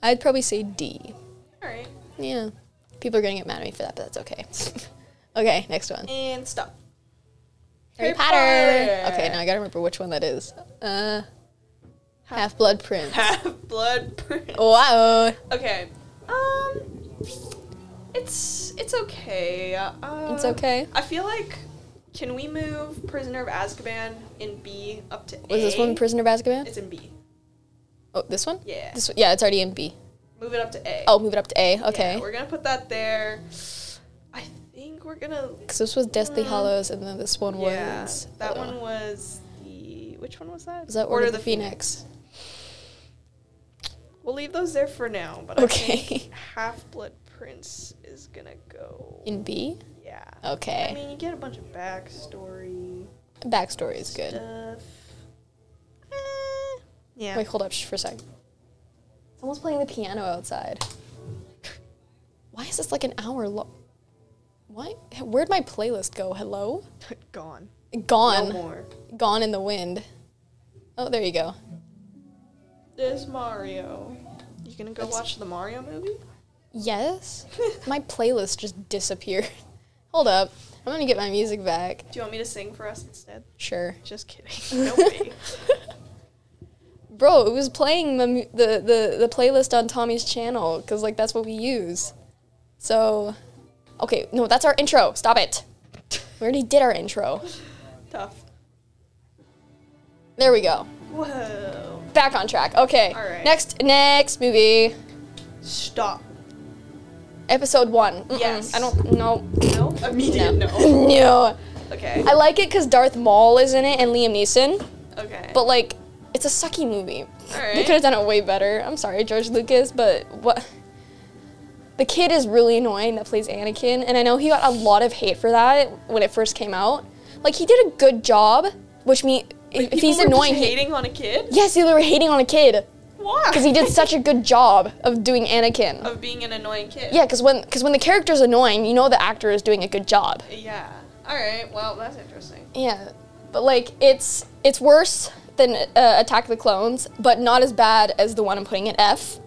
I'd probably say D.
All right.
Yeah, people are gonna get mad at me for that, but that's okay. okay, next one.
And stop.
Harry
Harry
Potter.
Potter.
Okay, now I gotta remember which one that is. Uh, Half Blood Prince.
Have blood. print.
Oh. wow.
Okay. Um. It's it's okay. Uh,
It's okay?
I feel like. Can we move Prisoner of Azkaban in B up to A?
Was this one Prisoner of Azkaban?
It's in B.
Oh, this one.
Yeah.
This one- yeah, it's already in B.
Move it up to A.
Oh, move it up to A.
Yeah,
Okay.
we're gonna put that there. I think we're gonna.
Because this was Deathly
Mm.
Hollows, and then this one
Yeah,
was.
that
uh,
one was the. Which one was that?
Was that Order, of the Phoenix?
We'll leave those there for now, but I
Okay.
think Half Blood Prince is gonna go.
In B?
yeah. I
Okay.
mean, you get a bunch of backstory
Backstory is good.
stuff. Eh, yeah.
Wait, hold up sh- for a sec. Someone's playing the piano outside. Why is this like an hour long? Why? Where'd my playlist go? Hello?
Gone.
Gone.
No more.
Gone in the wind. Oh, there you go.
There's Mario. You gonna go
That's-
watch the Mario movie?
Yes? my playlist just disappeared. Hold up. I'm gonna get my music back.
Do you want me to sing for us instead?
Sure.
Just kidding. No way.
Bro, it was playing the mu- the the, the playlist on Tommy's channel because like that's what we use. So, okay, no, that's our intro. Stop it. We already did our intro.
Tough.
There we go.
Whoa.
Back on track. Okay.
All right.
Next next movie,
Stop.
episode one. Mm-mm,
Yes.
I don't know.
No. Immediate no.
no.
Okay.
I like it because Darth Maul is in it and Liam Neeson,
Okay.
but like It's a sucky movie.
Alright.
They could have done it way better. I'm sorry, George Lucas, but what? The kid is really annoying that plays Anakin, and I know he got a lot of hate for that when it first came out. Like he did a good job, which means if,
People
if he's
were just
annoying, he-
hating on a kid.
yes, they were hating on a kid
Why?
because he did such a good job of doing Anakin.
of being an annoying kid.
Yeah, because when because when the character's annoying, you know the actor is doing a good job.
Yeah. All right. Well, that's interesting.
Yeah, but like it's it's worse than uh, Attack of the Clones, but not as bad as the one I'm putting at F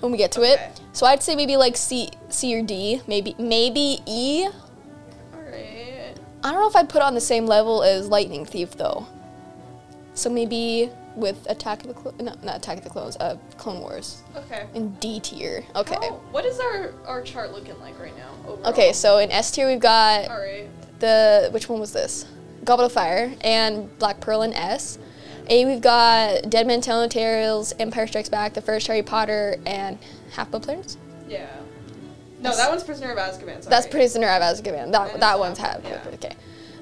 when we get to
Okay.
it. So I'd say maybe like C C or D, maybe maybe E.
All right.
I don't know if I'd put it on the same level as Lightning Thief though. So maybe with Attack of the Clo- no, not Attack of the Clones, uh, Clone Wars
Okay.
in D tier. Okay.
How- what is our our chart looking like right now? Overall?
Okay, so in S tier we've got
All right.
the which one was this? Goblet of Fire and Black Pearl and S. A we've got Dead Man Telling No Tales, Empire Strikes Back, the first Harry Potter, and Half Blood Prince.
Yeah. No,
That's-
that one's Prisoner of Azkaban. Sorry.
That's Prisoner of Azkaban. That
That
that,
is
one's
Half-
Half
yeah.
Blood Okay.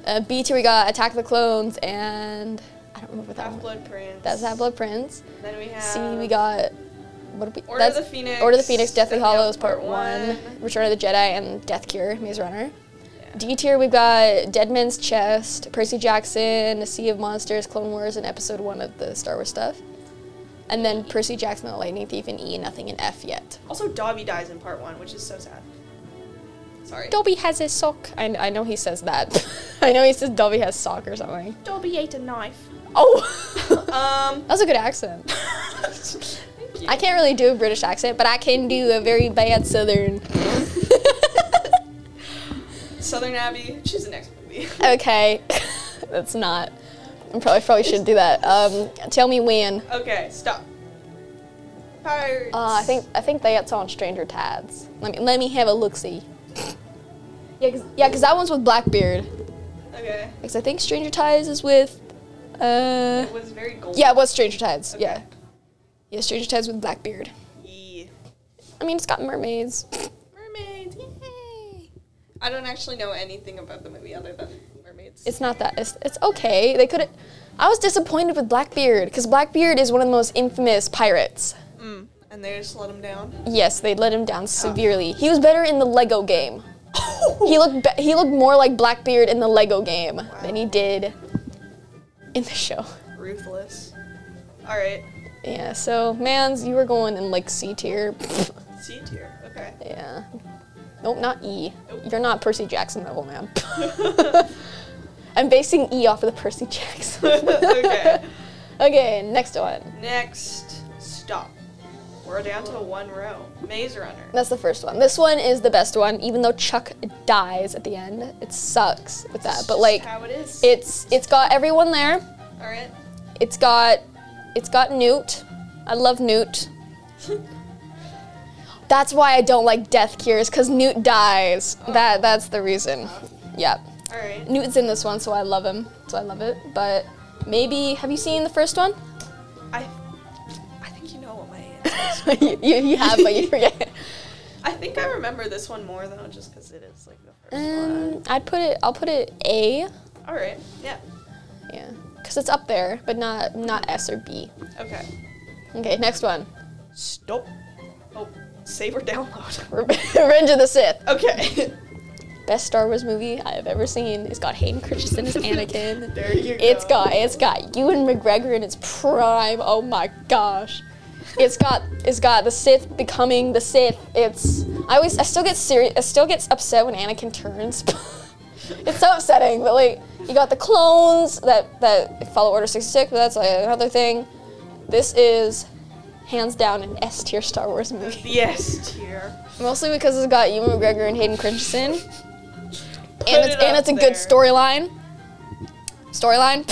Uh, B two we got Attack of the Clones and I don't remember what that
Half
one.
Blood Prince.
That's Half Blood Prince.
Then we have.
C we got what did we,
Order
that's
of the Phoenix.
Order of the Phoenix, Deathly
Deathly Hallows
Hollows Part
Part
One,
One.
Return of the Jedi, and Death Cure, Maze Runner.
Yeah.
D tier, we've got Dead Man's Chest, Percy Jackson, A Sea of Monsters, Clone Wars, and Episode 1 of the Star Wars stuff. And then Percy Jackson, and The Lightning Thief, and E, nothing in F yet.
Also, Dobby dies in part one, which is so sad. Sorry.
Dobby has a sock. I, I know he says that. I know he says Dobby has sock or something.
Dobby ate a knife.
Oh! that
Um.
was a good accent.
Thank you.
I can't really do a British accent, but I can do a very bad Southern.
Southern Abbey. Choose the next movie.
okay. That's not. I probably, probably shouldn't do that. Um, tell me when.
okay. Stop. Pirates.
Uh, I think I think that's on Stranger Tides. Let me let me have a look see. yeah, cause, yeah, 'cause that one's with Blackbeard.
Okay.
Cause I think Stranger Tides is with. Uh,
It was very gold.
yeah, it was Stranger Tides.
Okay.
Yeah, yeah, Stranger Tides with Blackbeard.
Yeah.
I mean, it's got mermaids.
Mermaids. Yay. I don't actually know anything about the movie other than mermaids.
It's not that. It's it's okay. They could. I was disappointed with Blackbeard because Blackbeard is one of the most infamous pirates.
mm. And they just let him down.
Yes, they let him down severely. He was better in the Lego game. He looked be- he looked more like Blackbeard in the Lego game than he did in the show.
Ruthless. All right.
Yeah, so man's you were going in like C tier.
C tier. Okay.
yeah. Nope, not E.
Nope.
You're not Percy Jackson level, man. I'm basing E off of the Percy Jackson.
okay.
okay, next one.
Next. Stop. We're down to one row. Maze Runner.
That's the first one. This one is the best one, even though Chuck dies at the end. It sucks with that,
It's
but
just
like
How it is.
it's it's got everyone there.
All right.
It's got it's got Newt. I love Newt. That's why I don't like Death Cures, cause Newt dies. That that's the reason. Yep.
All right.
Newt's in this one, so I love him. So I love it. But maybe have you seen the first one?
I. I think you know what my answer is.
you, you, you have, but you forget.
I think I remember this one more though, just because it is like the first one.
Um, I'd put it. I'll put it A.
All right. Yeah.
Yeah. Cause it's up there, but not not S or B.
Okay.
Okay, next one.
Stop. Oh, save or download.
Revenge of the Sith.
Okay.
Best Star Wars movie I have ever seen. It's got Hayden Christensen as Anakin.
There you go.
It's got it's got Ewan McGregor in its prime. Oh my gosh. It's got it's got the Sith becoming the Sith. It's I always I still get serious I still get upset when Anakin turns. it's so upsetting, but like you got the clones that that follow Order 66, but that's like another thing. This is hands down an S tier Star Wars movie.
Yes, tier.
Mostly because it's got Ewan McGregor and Hayden Christensen.
Put
And it's
it
and
up
it's a
there.
good storyline. Storyline.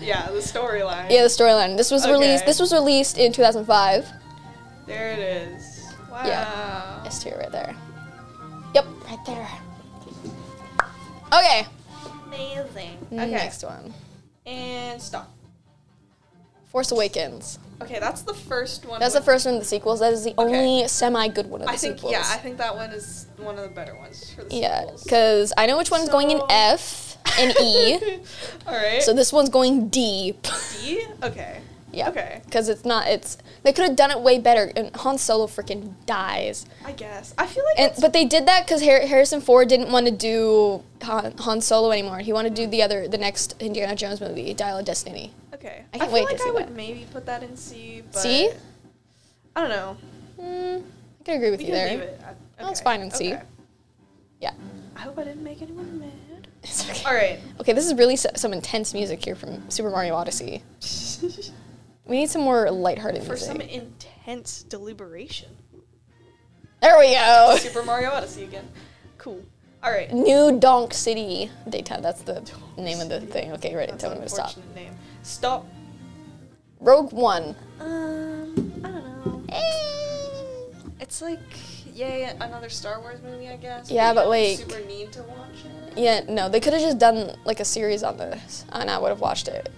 Yeah, the storyline.
Yeah, the storyline. This was
Okay.
released. This was released in 2005.
There it is. Wow.
S tier right there. Yep, right there. Okay.
Amazing. Okay.
Mm-hmm. Next one.
And stop.
Force Awakens.
Okay, that's the first one.
That's the
with-
first one of the sequels. That is the
Okay.
only semi good one of the
I think
sequels.
yeah, I think that one is one of the better ones for the
yeah,
sequels.
because I know which one's going in
So-
F. an E.
All right.
So this one's going deep.
D? E? Okay.
yeah.
Okay.
Because it's not. It's they could have done it way better. And Han Solo freaking dies.
I guess. I feel like
And
it's,
but they did that because Har- Harrison Ford didn't want to do Han, Han Solo anymore. He wanted to do the other, the next Indiana Jones movie, Dial of Destiny.
okay.
I
I,
can't
feel
wait to
like
see
I would
that.
maybe put that in C, but
C?
I don't know.
Mm, I can agree with
We
you
can
there.
leave it. I-
No, it's
okay.
fine in C.
Okay.
Yeah.
I hope I didn't make anyone mad.
It's okay.
All right.
Okay, this is really s- some intense music here from Super Mario Odyssey. We need some more lighthearted
For
music.
some intense deliberation.
there we go.
Super Mario Odyssey again. Cool. All right.
New Donk City Daytime. That's the name of the thing. Okay, right.
That's
Tell
an
me when to stop.
unfortunate name. Stop.
Rogue One.
Um, I don't know.
Eh.
It's like, yay, another Star Wars movie, I guess.
Yeah, but
you
like-
don't super need to watch it.
Yeah, no, they could have just done like a series on this, and I would have watched it.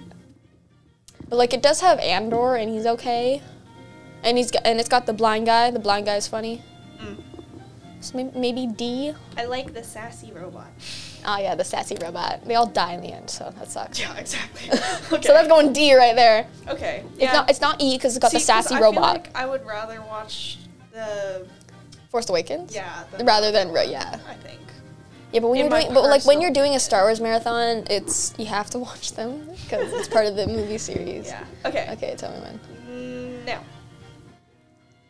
But like, it does have Andor, and he's okay, and he's got, and it's got the blind guy. The blind guy's funny.
Mm.
So maybe, maybe D.
I like the sassy robot.
Oh yeah, the sassy robot. They all die in the end, so that sucks.
Yeah, exactly. okay.
So that's going D right there.
okay.
It's
Yeah.
not it's not E because it's got the
See, 'cause
sassy
I feel
robot.
like I would rather watch the
Force Awakens.
yeah. The
Rather than ro- yeah.
I think.
Yeah, but when
In
you're
my
doing but like when
personal
you're doing a Star Wars marathon, it's you have to watch them because it's part of the movie series.
Yeah. Okay.
Okay, tell me when.
Mm, No.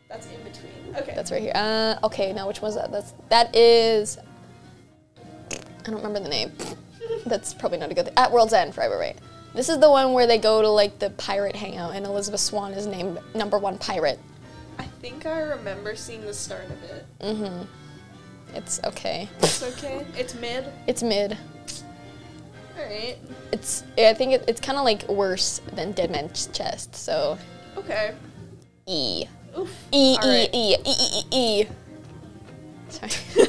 That's in between. Okay.
That's right here. Uh, okay, now which one's that? That's that is. I don't remember the name. That's probably not a good thing. At World's End, forever right. This is the one where they go to like the pirate hangout, and Elizabeth Swan is named number one pirate.
I think I remember seeing the start of it.
Mm-hmm. It's okay.
It's okay. It's mid.
It's mid.
All right.
It's. I think it, it's kind of like worse than Dead Man's Chest. So
Okay.
E
Oof.
E
All
E
right.
E E E E. E. Sorry.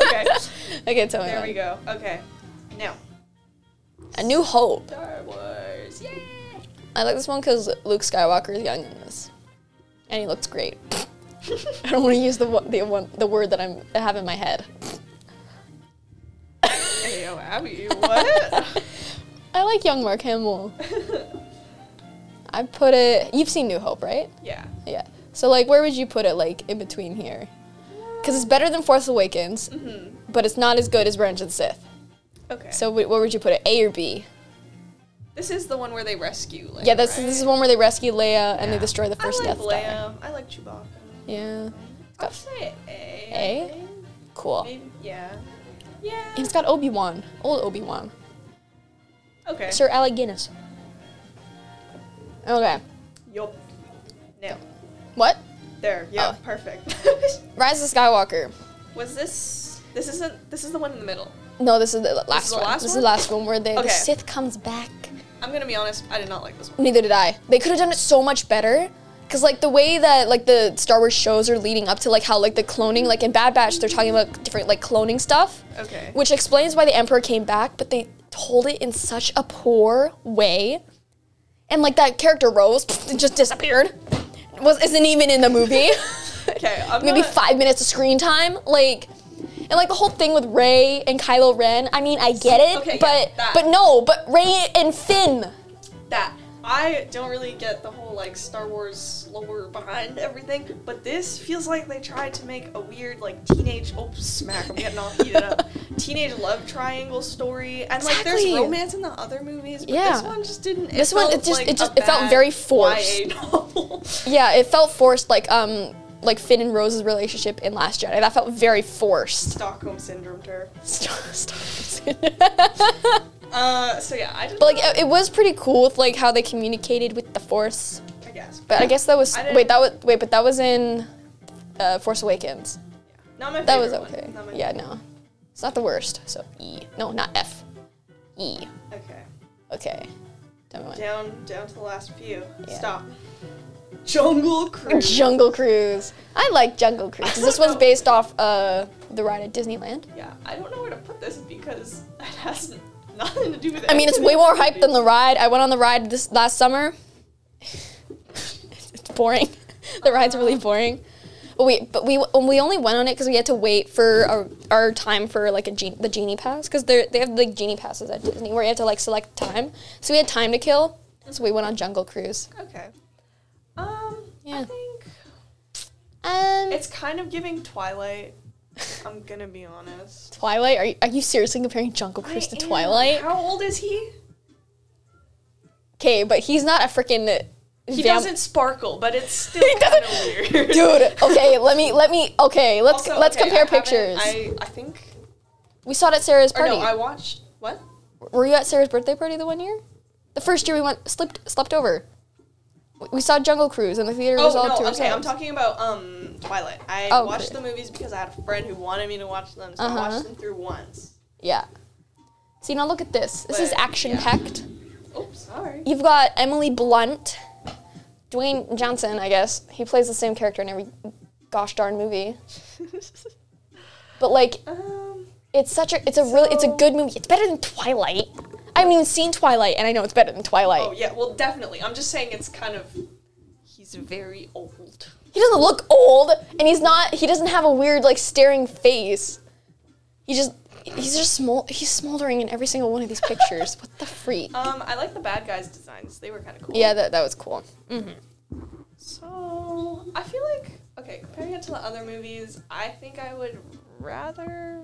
Okay.
okay, tell me.
There we
when.
go. Okay. Now.
A New Hope.
Star Wars. Yay!
I like this one because Luke Skywalker is young in this, and he looks great. I don't want to use the wo- the one the word that I'm I have in my head.
hey, yo, Abby, what?
I like young Mark Hamill. I put it. You've seen New Hope, right?
yeah.
Yeah. So like, where would you put it? Like in between here, because it's better than Force Awakens,
Mm-hmm.
but it's not as good as Revenge of the Sith.
Okay.
So wh- where would you put it? A or B?
this is the one where they rescue. Leia,
yeah, that's
right?
this is one where they rescue Leia and they
Yeah.
destroy the first
I like
Death
Leia.
Star.
I like Chewbacca.
Yeah.
I'll say A. I
A? Oh.
think.
Cool. And
Maybe, yeah. Yeah.
it's got Obi Wan, old Obi Wan.
okay.
Sir Alec Guinness. Okay.
Yup. Now.
What?
There. Yeah.
Oh.
Perfect.
Rise of Skywalker.
Was this? This isn't. This is the one in the middle.
No, this is the last
is the
one.
last
this is the
one?
last one where they,
Okay.
the Sith comes back.
I'm gonna be honest. I did not like this one.
Neither did I. They could have done it so much better. Cause like the way that like the Star Wars shows are leading up to like how like the cloning like in Bad Batch they're talking about different like cloning stuff,
Okay.
which explains why the Emperor came back, but they told it in such a poor way, and like that character Rose just disappeared, was isn't even in the movie.
Okay. I'm
maybe
not-
five minutes of screen time. Like, and like the whole thing with Ray and Kylo Ren. I mean, I get it,
Okay, yeah,
but
that.
but no, but Ray and Finn.
that. I don't really get the whole like Star Wars lore behind everything, but this feels like they tried to make a weird like teenage oh smack I'm getting all heated up teenage love triangle story and like
Exactly.
there's romance in the other movies, but
Yeah.
this one just didn't. It
This one, it
felt
just-
like
it just-
a
it felt
bad
very forced.
YA novel.
Yeah, it felt forced. Like um, like Finn and Rose's relationship in Last Jedi. That felt very forced.
Stockholm syndrome turf.
Stop. Stop.
Uh, so yeah, I didn't.
but like it, it was pretty cool with like how they communicated with the Force.
I guess,
But I guess that was
I didn't-
wait that was wait but that was in uh, Force Awakens.
not my
That was
favorite one.
okay.
Not my
Yeah, no. It's not the worst. So E. No, not F. E.
favorite. Okay.
Okay. Tell me when.
Down, down to the last few.
Yeah.
Stop. Jungle Cruise.
Jungle Cruise. I like Jungle Cruise. 'cause This one's based off uh, the ride at Disneyland.
Yeah, I don't know where to put this because it has nothing to do with.
I mean, it's way more hype than the ride. I went on the ride this last summer. it's boring. the ride's really boring. But we but we we only went on it because we had to wait for our, our time for like a gen- the genie pass because they they have like genie passes at Disney where you have to like select time. So we had time to kill, so we went on Jungle Cruise.
Okay. Um,
Yeah.
I think
Um,
it's kind of giving Twilight. I'm gonna be honest.
Twilight. Are you, are you seriously comparing Jungle Cruise
I
to
am-
Twilight?
How old is he?
Okay, but he's not a freaking.
He
vamp-
doesn't sparkle, but it's still
He
kind
doesn't-
of weird.
Dude, okay, let me let me okay, let's
Also,
let's
okay,
compare
I haven't-
pictures.
I, I think.
we saw it at Sarah's
Or
party.
no, I watched. What?
Were you at Sarah's birthday party the one year? The first year we went slept slept over. We- We saw Jungle Cruise and the theater
Oh
was all to
no! Okay, I'm
ourselves.
talking about um Twilight. I
Oh,
watched
okay.
the movies because I had a friend who wanted me to watch them, so I
Uh-huh.
watched them through once.
Yeah. See now look at this. This is
But,
action packed.
Oops, sorry.
You've got Emily Blunt, Dwayne Johnson, I guess. He plays the same character in every gosh darn movie. But like
um,
It's such a it's a really it's a
So-
good movie. It's better than Twilight. I haven't even seen Twilight, and I know it's better than Twilight.
oh yeah, well definitely. I'm just saying it's kind of. He's very old.
He doesn't look old, and he's not. He doesn't have a weird like staring face. He just he's just smol- he's smoldering in every single one of these pictures. what the freak?
Um, I like the bad guys' designs. They were kind of cool.
yeah, that that was cool. hmm
So I feel like okay, comparing it to the other movies, I think I would rather.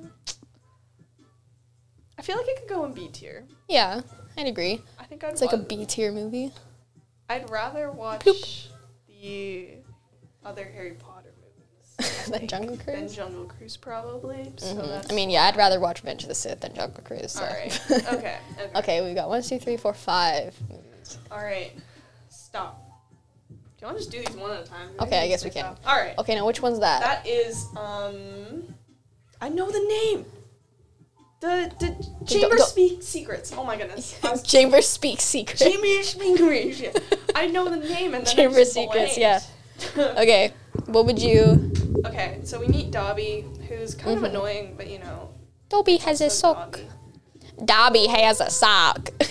I feel like it could go in B tier.
Yeah, I'd agree.
I think I'd.
It's like a
wa-
B tier movie.
I'd rather watch
Bloop.
the other Harry Potter movies
Than Jungle
than
Cruise?
Jungle Cruise, probably. So
Mhm.
that's
I mean, yeah, I'd rather watch Revenge of the Sith than Jungle Cruise. So.
all right. Okay. Okay.
okay, we've got one, two, three, four, five movies.
All right. Stop. Do you want to just do these one at a time?
Okay, I guess we can.
All right.
Okay, now which one's that?
That is um, I know the name. The the Chamber
the-
Speak Secrets. Oh my goodness. I was-
Chamber speaks secrets.
Chamber Speak. I know the name and then I
Chamber
just
Secrets,
blanked.
yeah. Okay, what would you?
Okay, so we meet Dobby, who's kind
Mhm.
of annoying, but you know.
Dobby has a
so
sock.
Dobby.
Dobby has a sock.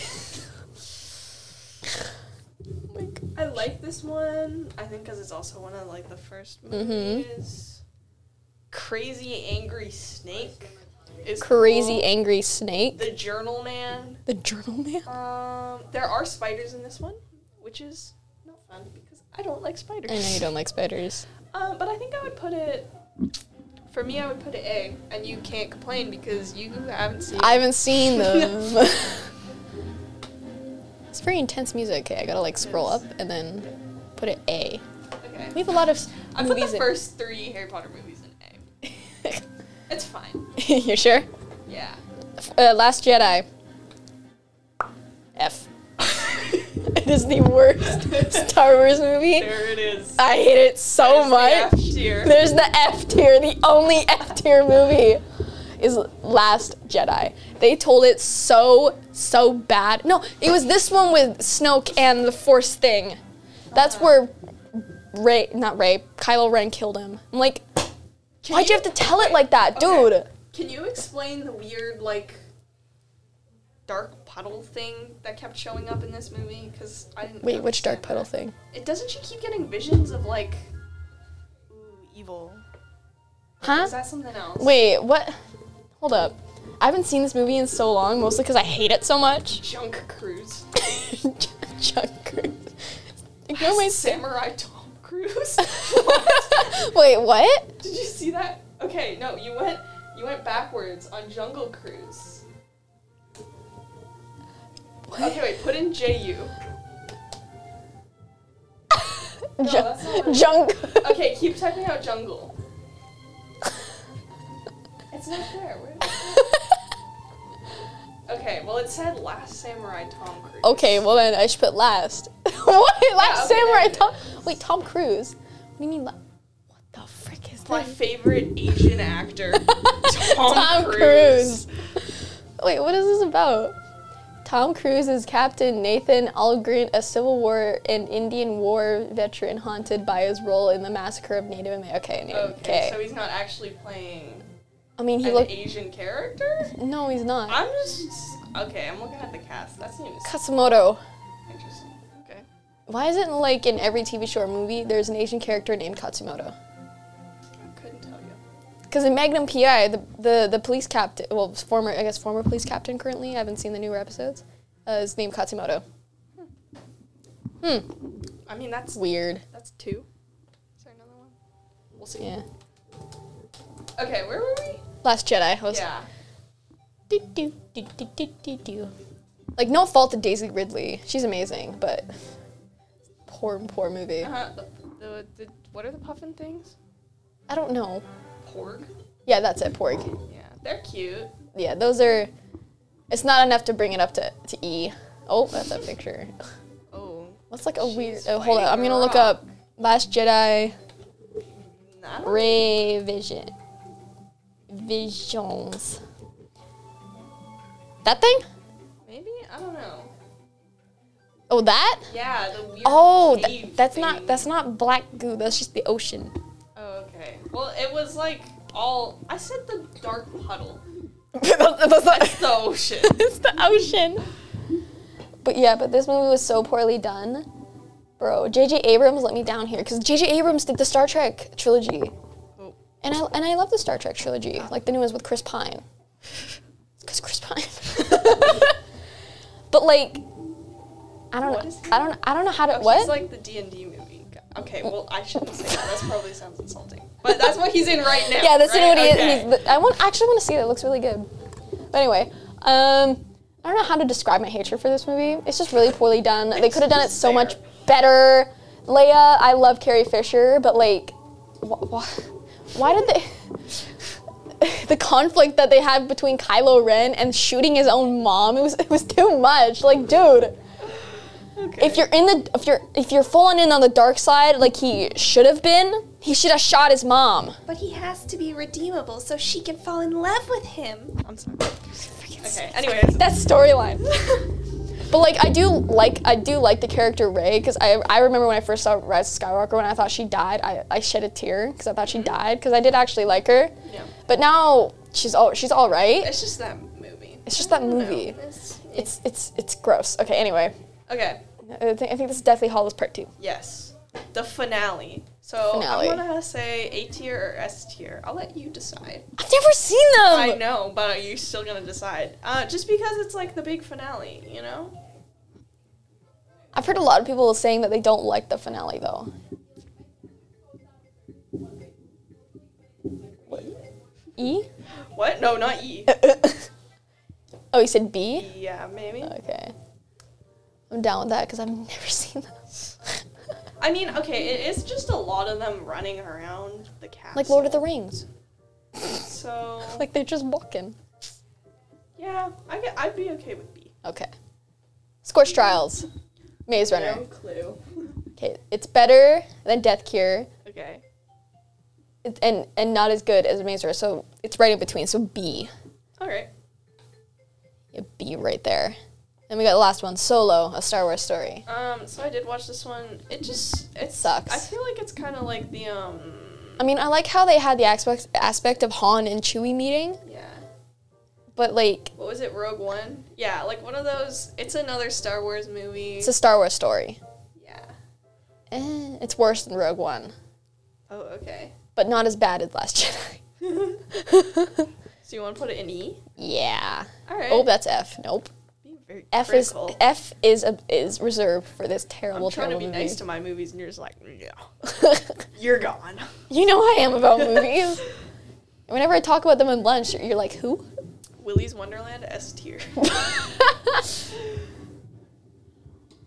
I like this one. I think because it's also one of like the first
Mm-hmm.
movies. Crazy Angry Snake is
Crazy
cool.
angry snake.
The Journal Man.
The journal man.
Um, there are spiders in this one, which is not fun because I don't like spiders.
I know you don't like spiders.
Um, but I think I would put it. For me, I would put it A, and you can't complain because you haven't seen.
I haven't seen them. it's very intense music. Okay, I gotta like scroll up and then put it A.
Okay.
We have a lot of s-
I put
movies.
the
in-
first three Harry Potter movies in A. It's fine.
you sure?
Yeah.
F- Uh, Last Jedi. F. it is the worst Star Wars movie.
There it is.
I hate it so
There's the
much.
F tier.
There's the F tier. The only F tier movie is Last Jedi. They told it so so bad. No, it was this one with Snoke and the Force thing. That's where Ray, not Ray, Kylo Ren killed him. I'm like,
Can
why'd you have to tell it like that, dude?
Okay. Can you explain the weird like dark puddle thing that kept showing up in this movie? Because I didn't.
Wait, which dark puddle
understand
thing?
that. It doesn't she keep getting visions of like ooh, evil?
Huh?
Is that something else?
Wait, what? Hold up. I haven't seen this movie in so long, mostly because I hate it so much.
Junk Cruise.
Junker. Ignore my sam-
Samurai Tom Cruise.
Wait, what?
Did you see that? Okay, no, you went you went backwards on Jungle Cruise. Okay, wait, put in JU. No, that's not
Ju-
right.
junk.
Okay, keep typing out jungle. It's not there. Where is it? Okay, well it said Last Samurai Tom Cruise.
okay, well then I should put last. what? Last
okay,
Samurai
there it
Tom?
is.
Wait, Tom Cruise? What do you mean? La- what the frick is
My
that?
favorite Asian actor, Tom, Cruise.
Wait, what is this about? Tom Cruise is Captain Nathan Algren, a Civil War and Indian War veteran haunted by his role in the massacre of Native American. Okay, Native-
Okay,
okay.
so he's not actually playing
I mean, he
an
looked.
Asian character.
No, he's not.
I'm just okay. I'm looking at the cast. That seems
Katsumoto.
interesting. Okay.
Why isn't like in every TV show or movie there's an Asian character named Katsumoto? Because in Magnum PI, the, the, the police captain, well, former, I guess, former police captain currently, I haven't seen the newer episodes, uh, is named Katsumoto. Hmm.
I mean, that's
Weird.
that's two. Is there another one? We'll see.
Yeah.
Okay, where were we?
Last Jedi. Was
yeah.
do, do, do, do, do, do, do. Like, no fault to Daisy Ridley. She's amazing, but poor, poor movie.
Uh, the, the, what are the puffin things?
I don't know.
Porg.
Yeah, that's it, Porg.
Yeah, they're cute.
Yeah, those are. It's not enough to bring it up to, to E. Oh, that's a picture.
Oh,
That's like a
She's
weird. Oh, hold on.
fighting
I'm going to
a
look
rock.
up Last Jedi
I don't-
Ray Vision. Visions. That thing?
maybe I don't know.
Oh, that?
Yeah, the weird.
Oh, tha-
cave
that's
thing.
not that's not black goo. That's just the ocean.
Oh, okay. Well, it was like all. I said the dark puddle. oh,
that's, that's not-
The ocean.
it's the ocean. But yeah, but this movie was so poorly done. Bro, J.J. Abrams let me down here because J.J. Abrams did the Star Trek trilogy,
Oh.
and I and I love the Star Trek trilogy, like the new ones with Chris Pine. Because Chris Pine. but like, I don't
What
know.
is he?
I don't. I don't know how to.
Oh,
what? Oh.
He's like the D and D movie. guy. Okay, well I shouldn't say that. That probably sounds insulting. But that's what he's in right now.
yeah, that's
right?
what he
Okay.
is. He's, I want actually want to see it. It looks really good. But anyway, um, I don't know how to describe my hatred for this movie. It's just really poorly done. They
It's
could have done it
just
so
there.
much better. Leia, I love Carrie Fisher, but like, wh- wh- why did they? the conflict that they had between Kylo Ren and shooting his own mom, it was it was too much. Like, dude
Okay.
if you're in the if you're if you're falling in on the dark side like he should have been he should have shot his mom
But he has to be redeemable so she can fall in love with him.
I'm sorry. Okay. Anyways.
that storyline but like i do like i do like the character ray because I, I remember when i first saw rise of skywalker when i thought she died i, I shed a tear because i thought she died because i did actually like her
Mm-hmm. Yeah.
but now she's all she's all right
It's just that movie.
it's just that movie
This-
it's it's it's gross okay anyway
Okay.
i think, I think this is deathly hollows part two
Yes. The finale. So
Finale.
I'm gonna say A tier or S tier. I'll let you decide.
i've never seen them
I know, but you're still gonna decide. Uh, just because it's like the big finale, you know?
I've heard a lot of people saying that they don't like the finale though. What? E?
What? No, not E.
oh, you said B?
yeah, maybe.
Okay. I'm down with that because I've never seen that.
I mean, okay, it is just a lot of them running around the castle.
like Lord of the Rings.
So
Like they're just walking.
yeah, I get, I'd be okay with B.
Okay. Scorch Trials. Maze
No
Runner.
clue.
Okay, it's better than Death Cure
Okay.
it, and, and not as good as Maze Runner, so it's right in between, so B.
All right.
Yeah, B right there. Then we got the last one Solo, a Star Wars story.
Um. So I did watch this one. It just it
Sucks.
I feel like it's kind of like the um.
I mean, I like how they had the aspect aspect of Han and Chewie meeting,
Yeah.
but like
What was it? Rogue One. Yeah, like one of those. It's another Star Wars movie.
it's a Star Wars story.
yeah.
Eh, it's worse than Rogue One,
Oh, okay.
but not as bad as Last Jedi.
So you want to put it in E?
yeah.
All right.
Oh, that's F. Nope.
Being very
F
critical.
is F is a, is reserved for this terrible,
I'm trying to
terrible
be
movie.
nice to my movies, and you're just like, no, you're gone.
you know I am about movies. Whenever I talk about them at lunch, you're you're like, who?
Willy's Wonderland S tier.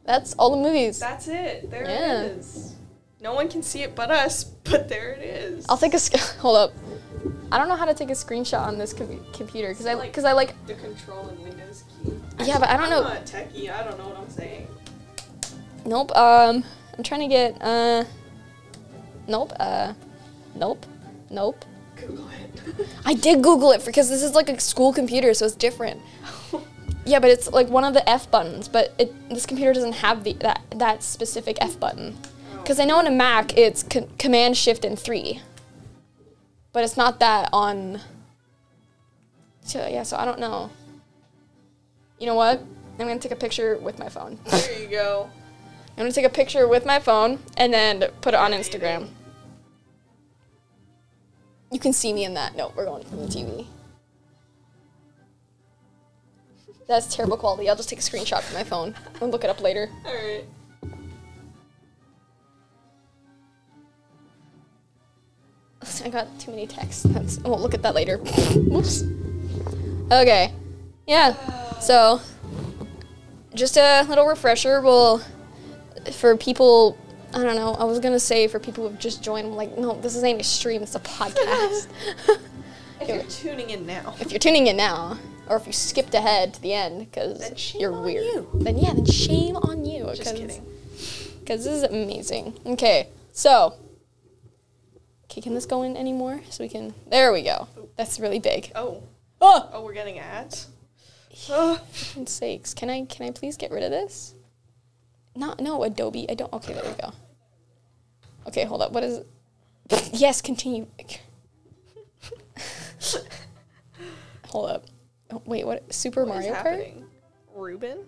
That's all the movies.
That's it. There
Yeah.
it is. No one can see it but us, but there it is.
I'll take a sc- hold up. I don't know how to take a screenshot on this com- computer because I
Like-
because I like
the control and Windows key.
Yeah, but I don't
I'm
know-
not techie. I don't know what I'm saying.
Nope. Um, I'm trying to get. Uh, nope. Uh, nope. Nope.
Google it.
I did Google it because this is like a school computer, so it's different. Yeah, but it's like one of the F buttons, but it, this computer doesn't have the that that specific F button. Because I know on a Mac it's con- Command Shift and three, but it's not that on. So yeah, so I don't know. You know what? I'm gonna take a picture with my phone.
there you go.
I'm gonna take a picture with my phone and then put it on Instagram. You can see me in that. No, we're going from the TV. That's terrible quality. I'll just take a screenshot from my phone and look it up later.
All right.
I got too many texts. That's, I won't look at that later. Whoops. Okay. Yeah. So, just a little refresher. Well, for people, I don't know. I was gonna say for people who've just joined, I'm like, no, this isn't a stream. It's a podcast.
If you're tuning in now,
if you're tuning in now, or if you skipped ahead to the end
Then
because
shame
you're
on
weird,
you.
then yeah, then shame on you.
just
'cause-
kidding.
because this is amazing. Okay, so. Okay, can this go in anymore? So we can. There we go. That's really big.
Oh,
Oh,
oh, we're getting ads. Oh,
for sakes! Can I can I please get rid of this? Not no Adobe. I don't. Okay, there we go. Okay, hold up. What is? Yes, continue. hold up. Oh, wait, what? Super
what is
Mario Kart?
happening? Ruben?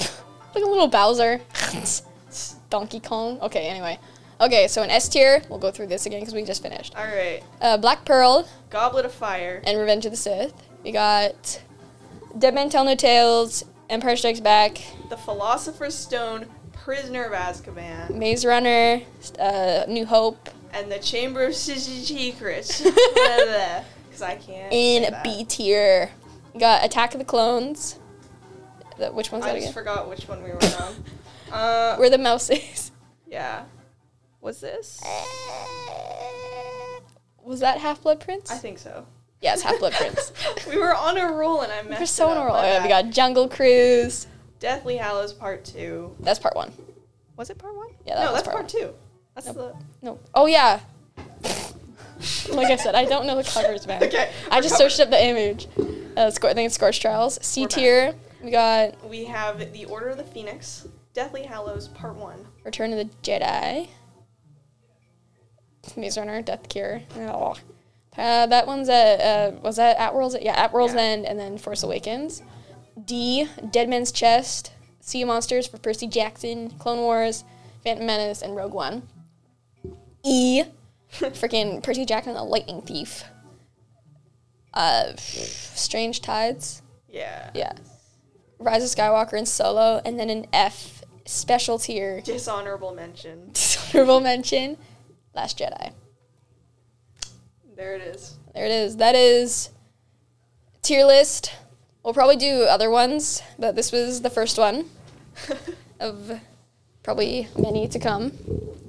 Like a little Bowser. Donkey Kong. Okay, anyway. Okay, so an S tier. We'll go through this again because we just finished.
All right.
uh, Black Pearl
Goblet of Fire.
and Revenge of the Sith. We got Dead Man Tell No Tales, Empire Strikes Back,
The Philosopher's Stone, Prisoner of Azkaban,
Maze Runner, uh, New Hope,
and the Chamber of Secrets. Because I can't. say
in
that.
B tier. We got Attack of the Clones. The- which one's that
I just
again?
forgot which one we were on. Uh,
Where the mouse is.
yeah. Was this?
Was that Half Blood Prince?
I think so.
yes, Half Blold Prince.
we were on a roll and I messed
We're
it
so
up.
on a
My
roll. Oh, Yeah, we
bad.
got Jungle Cruise.
Deathly Hallows Part 2.
That's part one.
Was it part 1?
Yeah, that
no,
was
that's
part
part, 2. That's
Nope.
the.
No. Oh yeah. like I said, I don't know the covers, man.
Okay,
I just
recover.
searched up the image. Uh, Scor- I think it's Scorch Trials. C
We're back.
tier. We got
We have The Order of the Phoenix, Deathly Hallows Part 1,
Return of the Jedi. Maze Runner, Death Cure. Oh. Uh, that one's at uh, was that at World's yeah at World's
Yeah.
End and then Force Awakens. D Dead Man's Chest. Sea of Monsters for Percy Jackson, Clone Wars, Phantom Menace, and Rogue One. E freaking Percy Jackson and the Lightning Thief. Uh, Strange Tides.
Yeah.
Yeah. Rise of Skywalker and Solo, and then an F special tier
Dishonorable mention.
dishonorable mention, Last Jedi.
There it is.
There it is. That is tier list. We'll probably do other ones, but this was the first one of probably many to come.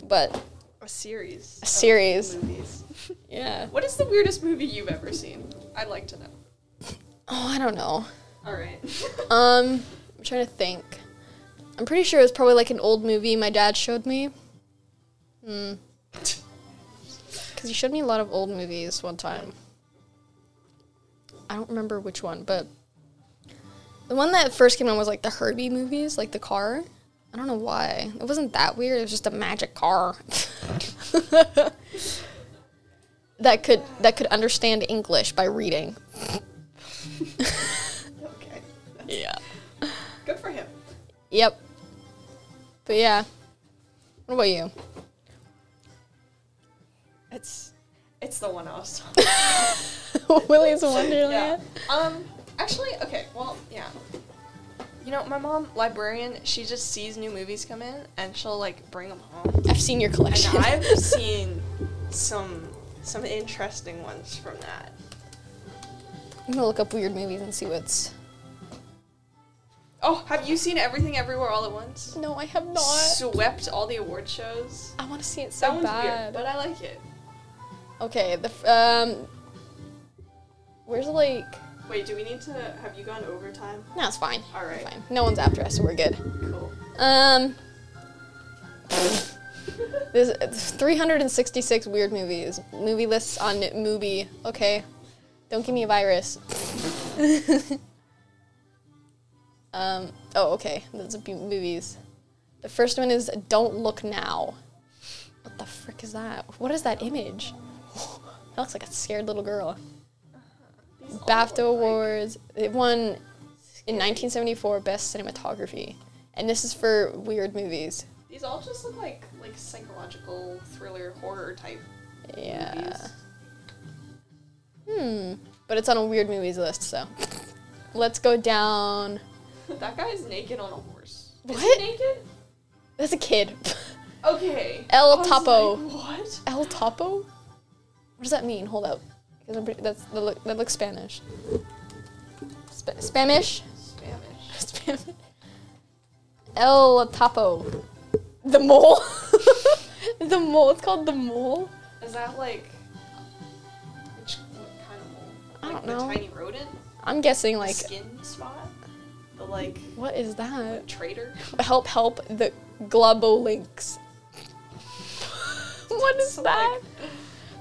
But
a series. of
series.
movies.
yeah.
What is the weirdest movie you've ever seen? I'd like to know.
Oh, I don't know.
All right.
Um, I'm trying to think. I'm pretty sure it was probably like an old movie my dad showed me. Hmm. Because he showed me a lot of old movies one time. I don't remember which one, but the one that first came on was like the Herbie movies, like the car. I don't know why. It wasn't that weird. It was just a magic car. that could that could understand English by reading.
okay.
Yeah.
Good for him.
Yep. But yeah. What about you?
It's it's the one I was talking about.
Willy's
yeah.
Wonderland.
Um actually, okay, well, yeah. You know, my mom, librarian, she just sees new movies come in and she'll like bring them home.
I've seen your
And
collection.
I've seen some some interesting ones from that.
I'm gonna look up weird movies and see what's.
Oh, have you seen Everything Everywhere All at Once?
No, I have not.
Swept all the award shows.
I want to see it so
That one's
bad.
weird, but I like it.
okay, the f- um. Where's the like?
Wait, do we need to? Have you gone overtime?
No, it's fine.
All right.
Fine. No one's after us, so we're good.
Cool.
Um. There's uh, 366 weird movies. Movie lists on Mubi. Okay. Don't give me a virus. um, oh, okay. Those are bu- movies. The first one is Don't Look Now. What the frick is that? What is that image? that looks like a scared little girl. BAFTA Awards. It won in 1974 Best Cinematography. And this is for weird movies.
These all just look like like psychological thriller horror type
Yeah.
movies.
Hmm. but it's on a weird movies list, so let's go down.
That guy's naked on a horse. Is
What?
he naked?
That's a kid.
Okay.
El
I was
Topo.
like, what?
El Topo? What does that mean? Hold up. 'Cause I'm pretty- that's, that, look, that looks Spanish. Sp- Spanish?
Spanish.
Spanish. El Topo. The mole? the mole. It's called the mole?
Is that like which what kind of mole?
I don't
Like the
know.
tiny rodent?
I'm guessing,
The
like,
skin spot? The like
what is that?
traitor?
Help, help, the globolinks. what is
So,
that?
like,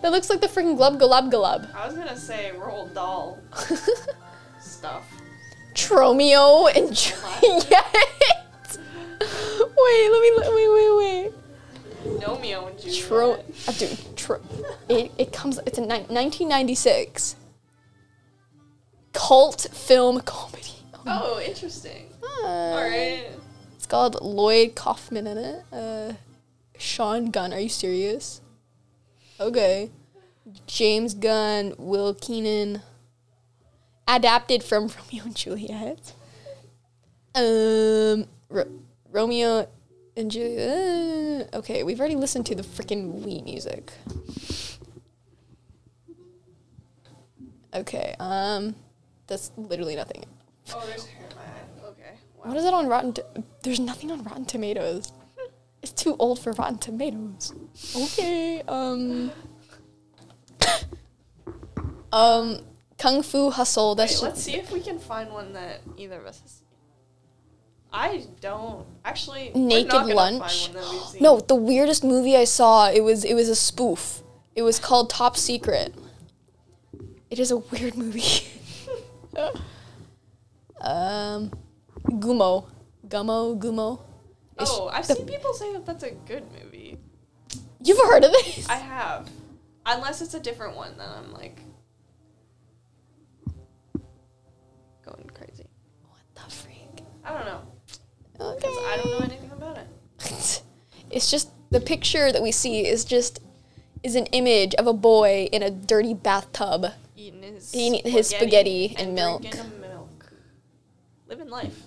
That looks like the freaking glub glub glub.
I was gonna say Roald doll stuff.
Tromeo and Juliet. wait, let me look. Wait, wait, wait.
Nomeo and Juliet.
Tro, uh, dude, tro. It, it comes. It's in ni- 1996. Cult film comedy. Oh,
Oh, interesting.
my.
Alright.
It's called Lloyd Kaufman in it. Uh, Sean Gunn. Are you serious? Okay. James Gunn, Will Keenan. Adapted from Romeo and Juliet. Um, Ro- Romeo and Juliet. Okay, we've already listened to the freaking Wii music. Okay, um, that's literally nothing.
Oh, there's hair in my eye. Okay. Wow.
What is it on Rotten? T- There's nothing on Rotten Tomatoes. It's too old for Rotten Tomatoes. Okay. Um. um. Kung Fu Hustle. That's
Wait, let's see if we can find one that either of us has seen. I don't actually. we're
Naked
not gonna
Lunch.
Find one that we've seen.
No, the weirdest movie I saw. It was it was a spoof. It was called Top Secret. It is a weird movie. um, Gumo, Gummo, Gumo. It's-
Oh, I've
the-
seen people say that that's a good movie.
You've heard of this?
I have, unless it's a different one, then I'm like going crazy.
what the freak?
I don't know
Okay.
because I don't know anything about it.
it's just the picture that we see is just is an image of a boy in a dirty bathtub.
Eating his
Eating his spaghetti and milk.
drinking a milk. Living life.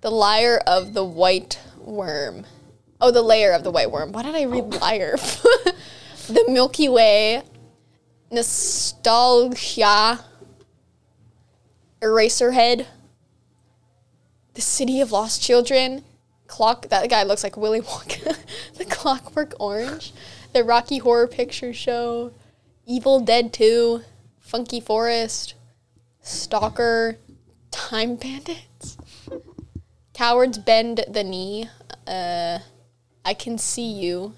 The liar of the white worm. Oh, the layer of the white worm. Why did I read liar? the Milky Way. Nostalgia. Eraserhead. The City of Lost Children. Clock. That guy looks like Willy Wonka. the Clockwork Orange. The Rocky Horror Picture Show. Evil Dead 2. Funky Forest. Stalker. Time Bandits. Cowards bend the knee. Uh, I can see you.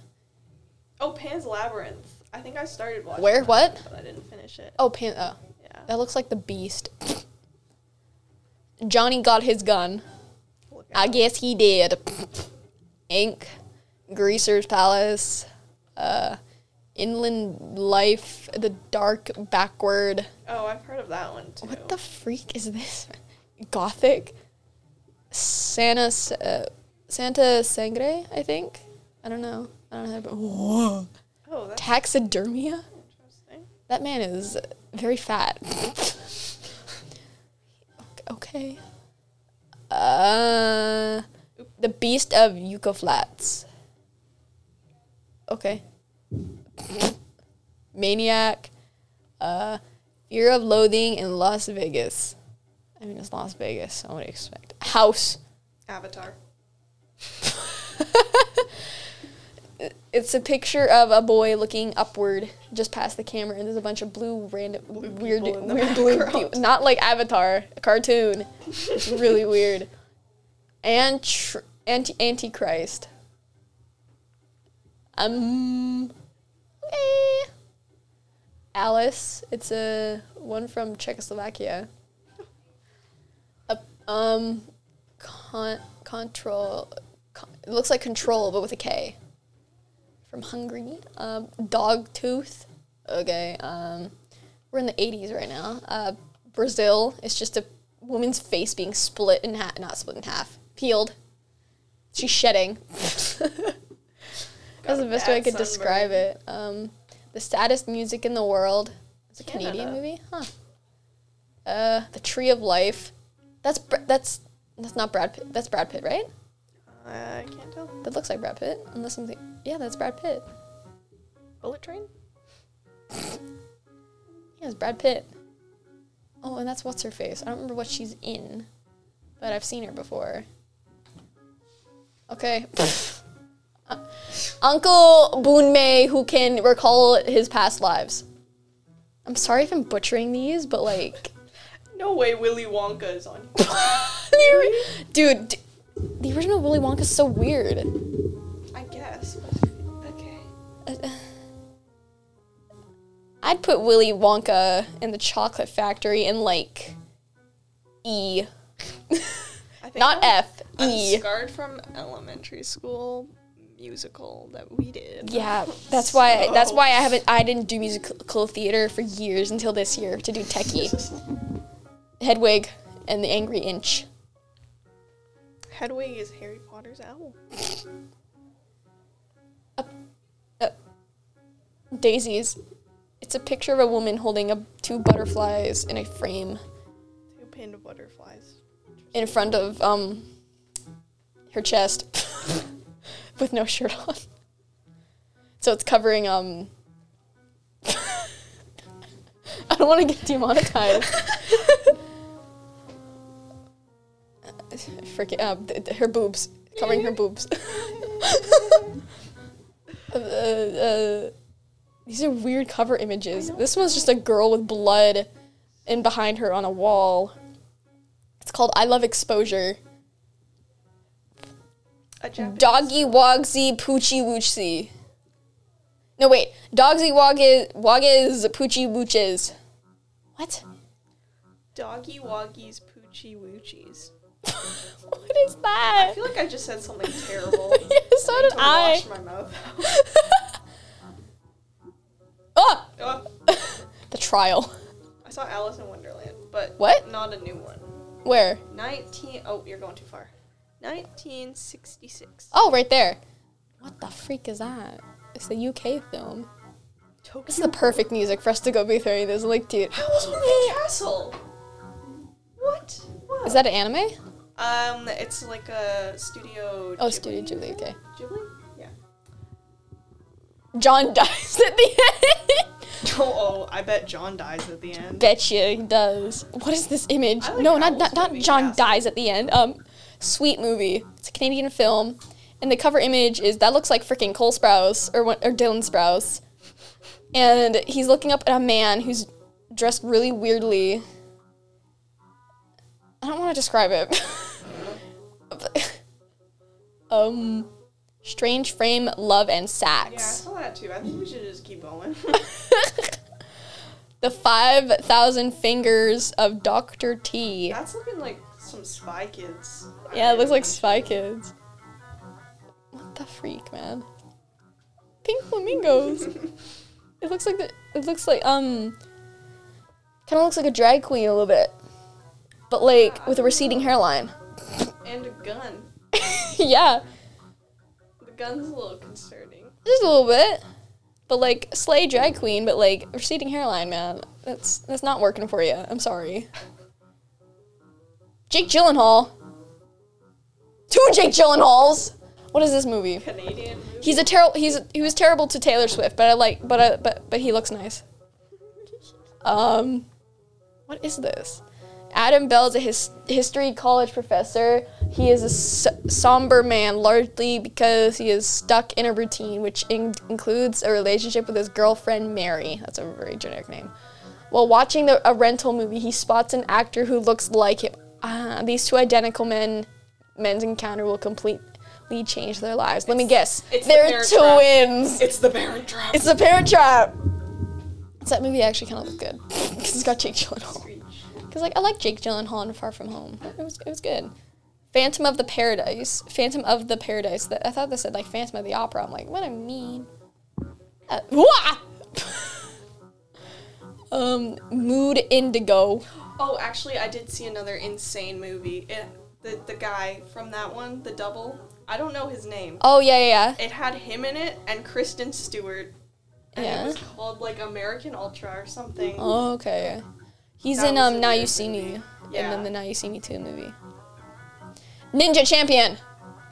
Oh, Pan's Labyrinth. I think I started watching.
Where?
that,
What?
But I didn't finish it.
Oh, pan. Oh,
Yeah.
that looks like the beast. Johnny got his gun.
Look
I
out.
guess he did. Ink, Greaser's Palace, uh, Inland Life, The Dark Backward.
Oh, I've heard of that one too.
What the freak is this? Gothic? Santa, S- uh, Santa Sangre, I think? I don't know. I don't know. How to, whoa.
Oh, that's
Taxidermia?
interesting.
That man is very fat. okay. Uh, the Beast of Yucca Flats. Okay. Maniac. Uh, Fear of Loathing in Las Vegas. I mean, it's Las Vegas. So I would expect House.
Avatar.
It's a picture of a boy looking upward just past the camera, and there's a bunch of blue, random, weird,
people in the
weird blue,
background.
peo- not like Avatar, a cartoon. It's really weird. And tr- anti- Antichrist. Um, eh. Alice. It's a one from Czechoslovakia. A, um, con- control. Con- it looks like control, but with a K. From Hungary. Um, dog tooth. Okay. Um, we're in the eighties right now. Uh, Brazil. It's just a woman's face being split in half. Not split in half. Peeled. She's shedding. That's the
a
best way I
bad
could describe it. Um, the saddest music in the world. It's a
Canada.
Canadian movie, huh? Uh, The Tree of Life. That's Br- that's that's not Brad Pitt. That's Brad Pitt, right?
Uh, I can't tell.
That looks like Brad Pitt, unless something. Yeah, that's Brad Pitt.
Bullet Train?
Yeah, it's Brad Pitt. Oh, and that's what's her face. I don't remember what she's in, but I've seen her before. Okay. Uh, Uncle Boonmei, who can recall his past lives. I'm sorry if I'm butchering these, but like,
No way Willy Wonka is on here.
dude, d- the original Willy Wonka's so weird.
I guess. Okay.
I'd put Willy Wonka and the Chocolate Factory in like E,
I think
not
I'm-
F.
I'm
E.
scarred from elementary school musical that we did.
Yeah, that's why. that's
So-
why I haven't. I didn't do musical theater for years until this year to do Techie, Hedwig, and the Angry Inch.
Hedwig is Harry Potter's owl.
Uh, Daisies. It's a picture of a woman holding up two butterflies in a frame
Two pinned butterflies.
in front of um her chest with no shirt on. So it's covering um. I don't want to get demonetized. Freaking uh, th- th- her boobs, covering her boobs. Uh, uh, these are weird cover images. This one's just a girl with blood, and behind her on a wall. It's called I Love Exposure.
A Japanese.
Doggy Wogsy Poochie Woochsy. No, wait. Dogsy Woggiz Woggiz Poochie Wooches. What?
Doggy Woggies Poochie Woochies.
what is that?
I feel like I just said something terrible.
yeah, so did
to
I.
wash my mouth.
oh!
Oh,
The trial.
I saw Alice in Wonderland, but
What?
Not a new one.
Where?
19 oh you're going too far 1966
Oh, right there. What the freak is that? It's the UK film. This is
Tokyo
the perfect music for us to go be throwing this. Like, dude.
House with the Castle what Wow.
Is that an anime?
um it's like a studio
Oh,
Ghibli-
Studio Ghibli, okay.
Ghibli yeah
John dies at the end.
oh, oh I bet John dies at the end
Betcha he does. What is this image?
I like
no, not
Howl's
not, not
Moving
John
Castle.
dies at the end. Um, sweet movie. It's a Canadian film, and the cover image is that looks like freaking Cole Sprouse or one- or Dylan Sprouse, and he's looking up at a man who's dressed really weirdly. I don't want to describe it. But- um, strange frame, love and
yeah I
sacks.
saw that too I think we should just keep going
The five thousand fingers of Doctor T.
that's looking like some Spy Kids
Yeah, it looks like Spy Kids. What the freak, man? Pink flamingos. it looks like the, it looks like um kind of looks like a drag queen a little bit. But like with a receding hairline.
and a gun
yeah.
the gun's a little concerning
Just a little bit. But like slay drag queen, but like receding hairline, man. That's that's not working for you. I'm sorry. Jake Gyllenhaal. Two Jake Gyllenhaals. What is this movie?
Canadian movie
He's a terrible. He's he was terrible to Taylor Swift, but I like. But I, but but he looks nice. Um, what is this? Adam Bell's a his, history college professor. He is a s- somber man, largely because he is stuck in a routine, which in- includes a relationship with his girlfriend Mary. That's a very generic name. While watching the, a rental movie, he spots an actor who looks like him. Ah, these two identical men, men's encounter will completely change their lives. Let me guess.
it's the
They're
Parent Trap.
twins.
it's the Baron Drop
It's the Parent Trap. So that movie actually kind of looked good because it's got Jake Gyllenhaal. Because like I like Jake Gyllenhaal in Far From Home. It was it was good. Phantom of the Paradise. Phantom of the Paradise. That I thought this said like Phantom of the Opera. I'm like, what I mean. Uh, wah! um, Mood Indigo.
Oh, actually, I did see another insane movie. It, the the guy from that one, the double. I don't know his name.
Oh yeah yeah. yeah.
It had him in it and Kristen Stewart. and
Yeah.
it was called like American Ultra or something.
Oh, okay. He's
That
in
was
um
a
Now
weird
You See Me,
movie.
and
Yeah.
then the Now You See Me Two movie. Ninja Champion.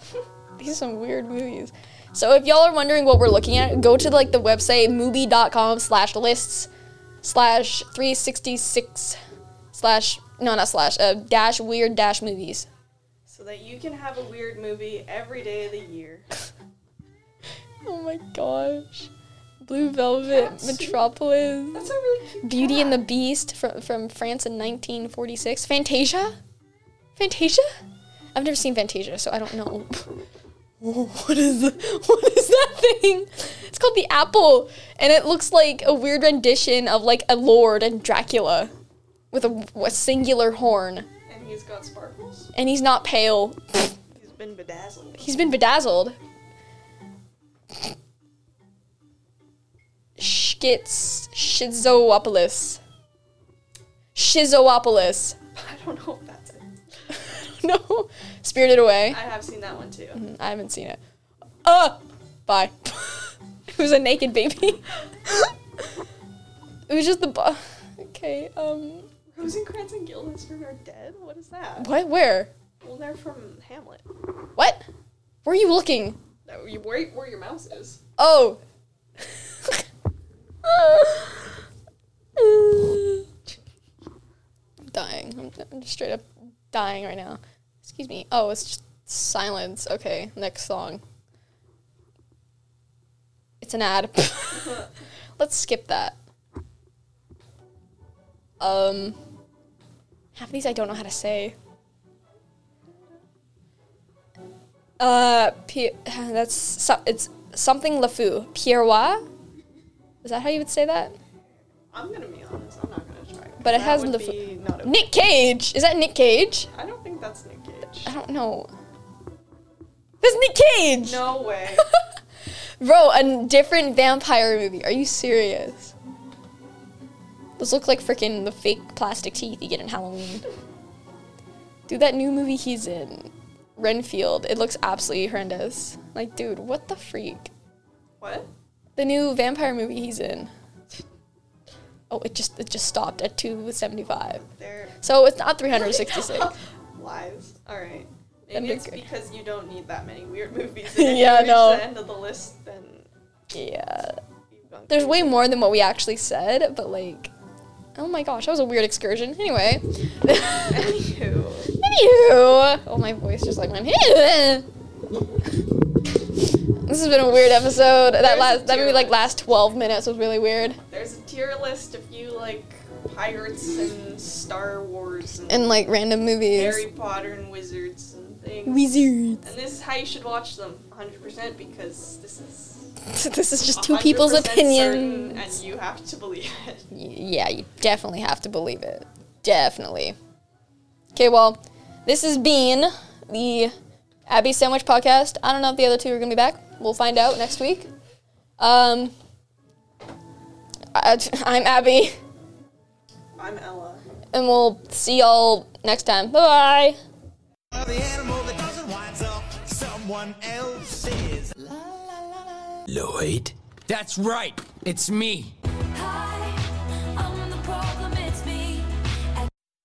These are some weird movies. So if y'all are wondering what we're looking at, go to like the website movie.com slash lists slash 366 slash no not slash uh, dash weird dash movies.
So that you can have a weird movie every day of the year.
Oh my gosh. Blue Velvet,
Cats.
Metropolis.
That's a really cute
Beauty and the
cat.
Beast from, from France in 1946. Fantasia? Fantasia? I've never seen Fantasia, so I don't know. What is what is that thing? It's called the Apple, and it looks like a weird rendition of like a lord and Dracula, with a, a singular horn,
And he's got sparkles.
and he's not pale.
He's been bedazzled.
He's been bedazzled. Schiz Schizopolis. Schizopolis.
I don't know if that's it.
no. Spirited Away.
I have seen that one too.
I haven't seen it. Uh bye. it was a naked baby. it was just the bu- Okay, um
Rosencrantz and Guildenstern are dead? What is that?
what where?
Well, they're from Hamlet.
What? Where are you looking?
That- you- Where, where your mouse is.
Oh. dying. I'm, I'm just straight up dying right now. Excuse me. Oh, it's just silence. Okay, next song. It's an ad. Let's skip that. Um, half of these I don't know how to say. Uh, P- that's so- it's something LeFou. Pierrois? Is that how you would say that?
I'm gonna be honest. I'm not gonna try. 'cause
But it
that
has
would
the fl-
be not okay.
Nick Cage. Is that Nick Cage?
I don't think that's Nick Cage.
I don't know. That's Nick Cage.
No way.
Bro, a different vampire movie. Are you serious? Those look like freaking the fake plastic teeth you get in Halloween. Dude, that new movie he's in, Renfield, it looks absolutely horrendous. Like, dude, what the freak?
what?
The new vampire movie he's in. Oh, it just it just stopped at 275.
They're
So it's not 366.
lies. All right.
And
Maybe it's
they're good.
because you don't need that many weird movies. And if
Yeah,
you reach
no.
The end of the list, then
yeah.
you've gone.
There's
crazy.
way more than what we actually said, but like, oh my gosh, that was a weird excursion. Anyway.
Anywho,
Anywho. Oh, my voice just like went. this has been a weird episode. That
There's
last that
two.
maybe like last 12 minutes was really weird.
there's a tier list if you like pirates and Star Wars and,
And like random movies.
Harry Potter and wizards and things.
Wizards.
And this is how you should watch them, 100%, because this is
this is just two
100%
people's
certain,
opinions.
and you have to believe it.
Y- yeah, you definitely have to believe it. Definitely. Okay, well, this has been the Abby Sandwich Podcast. I don't know if the other two are going to be back. We'll find out next week. Um, I, I'm Abby,
I'm Ella.
and we'll see y'all next time. Bye bye.
Of the animal that doesn't want up someone else's. La la la la. Lloyd?
That's right. It's me.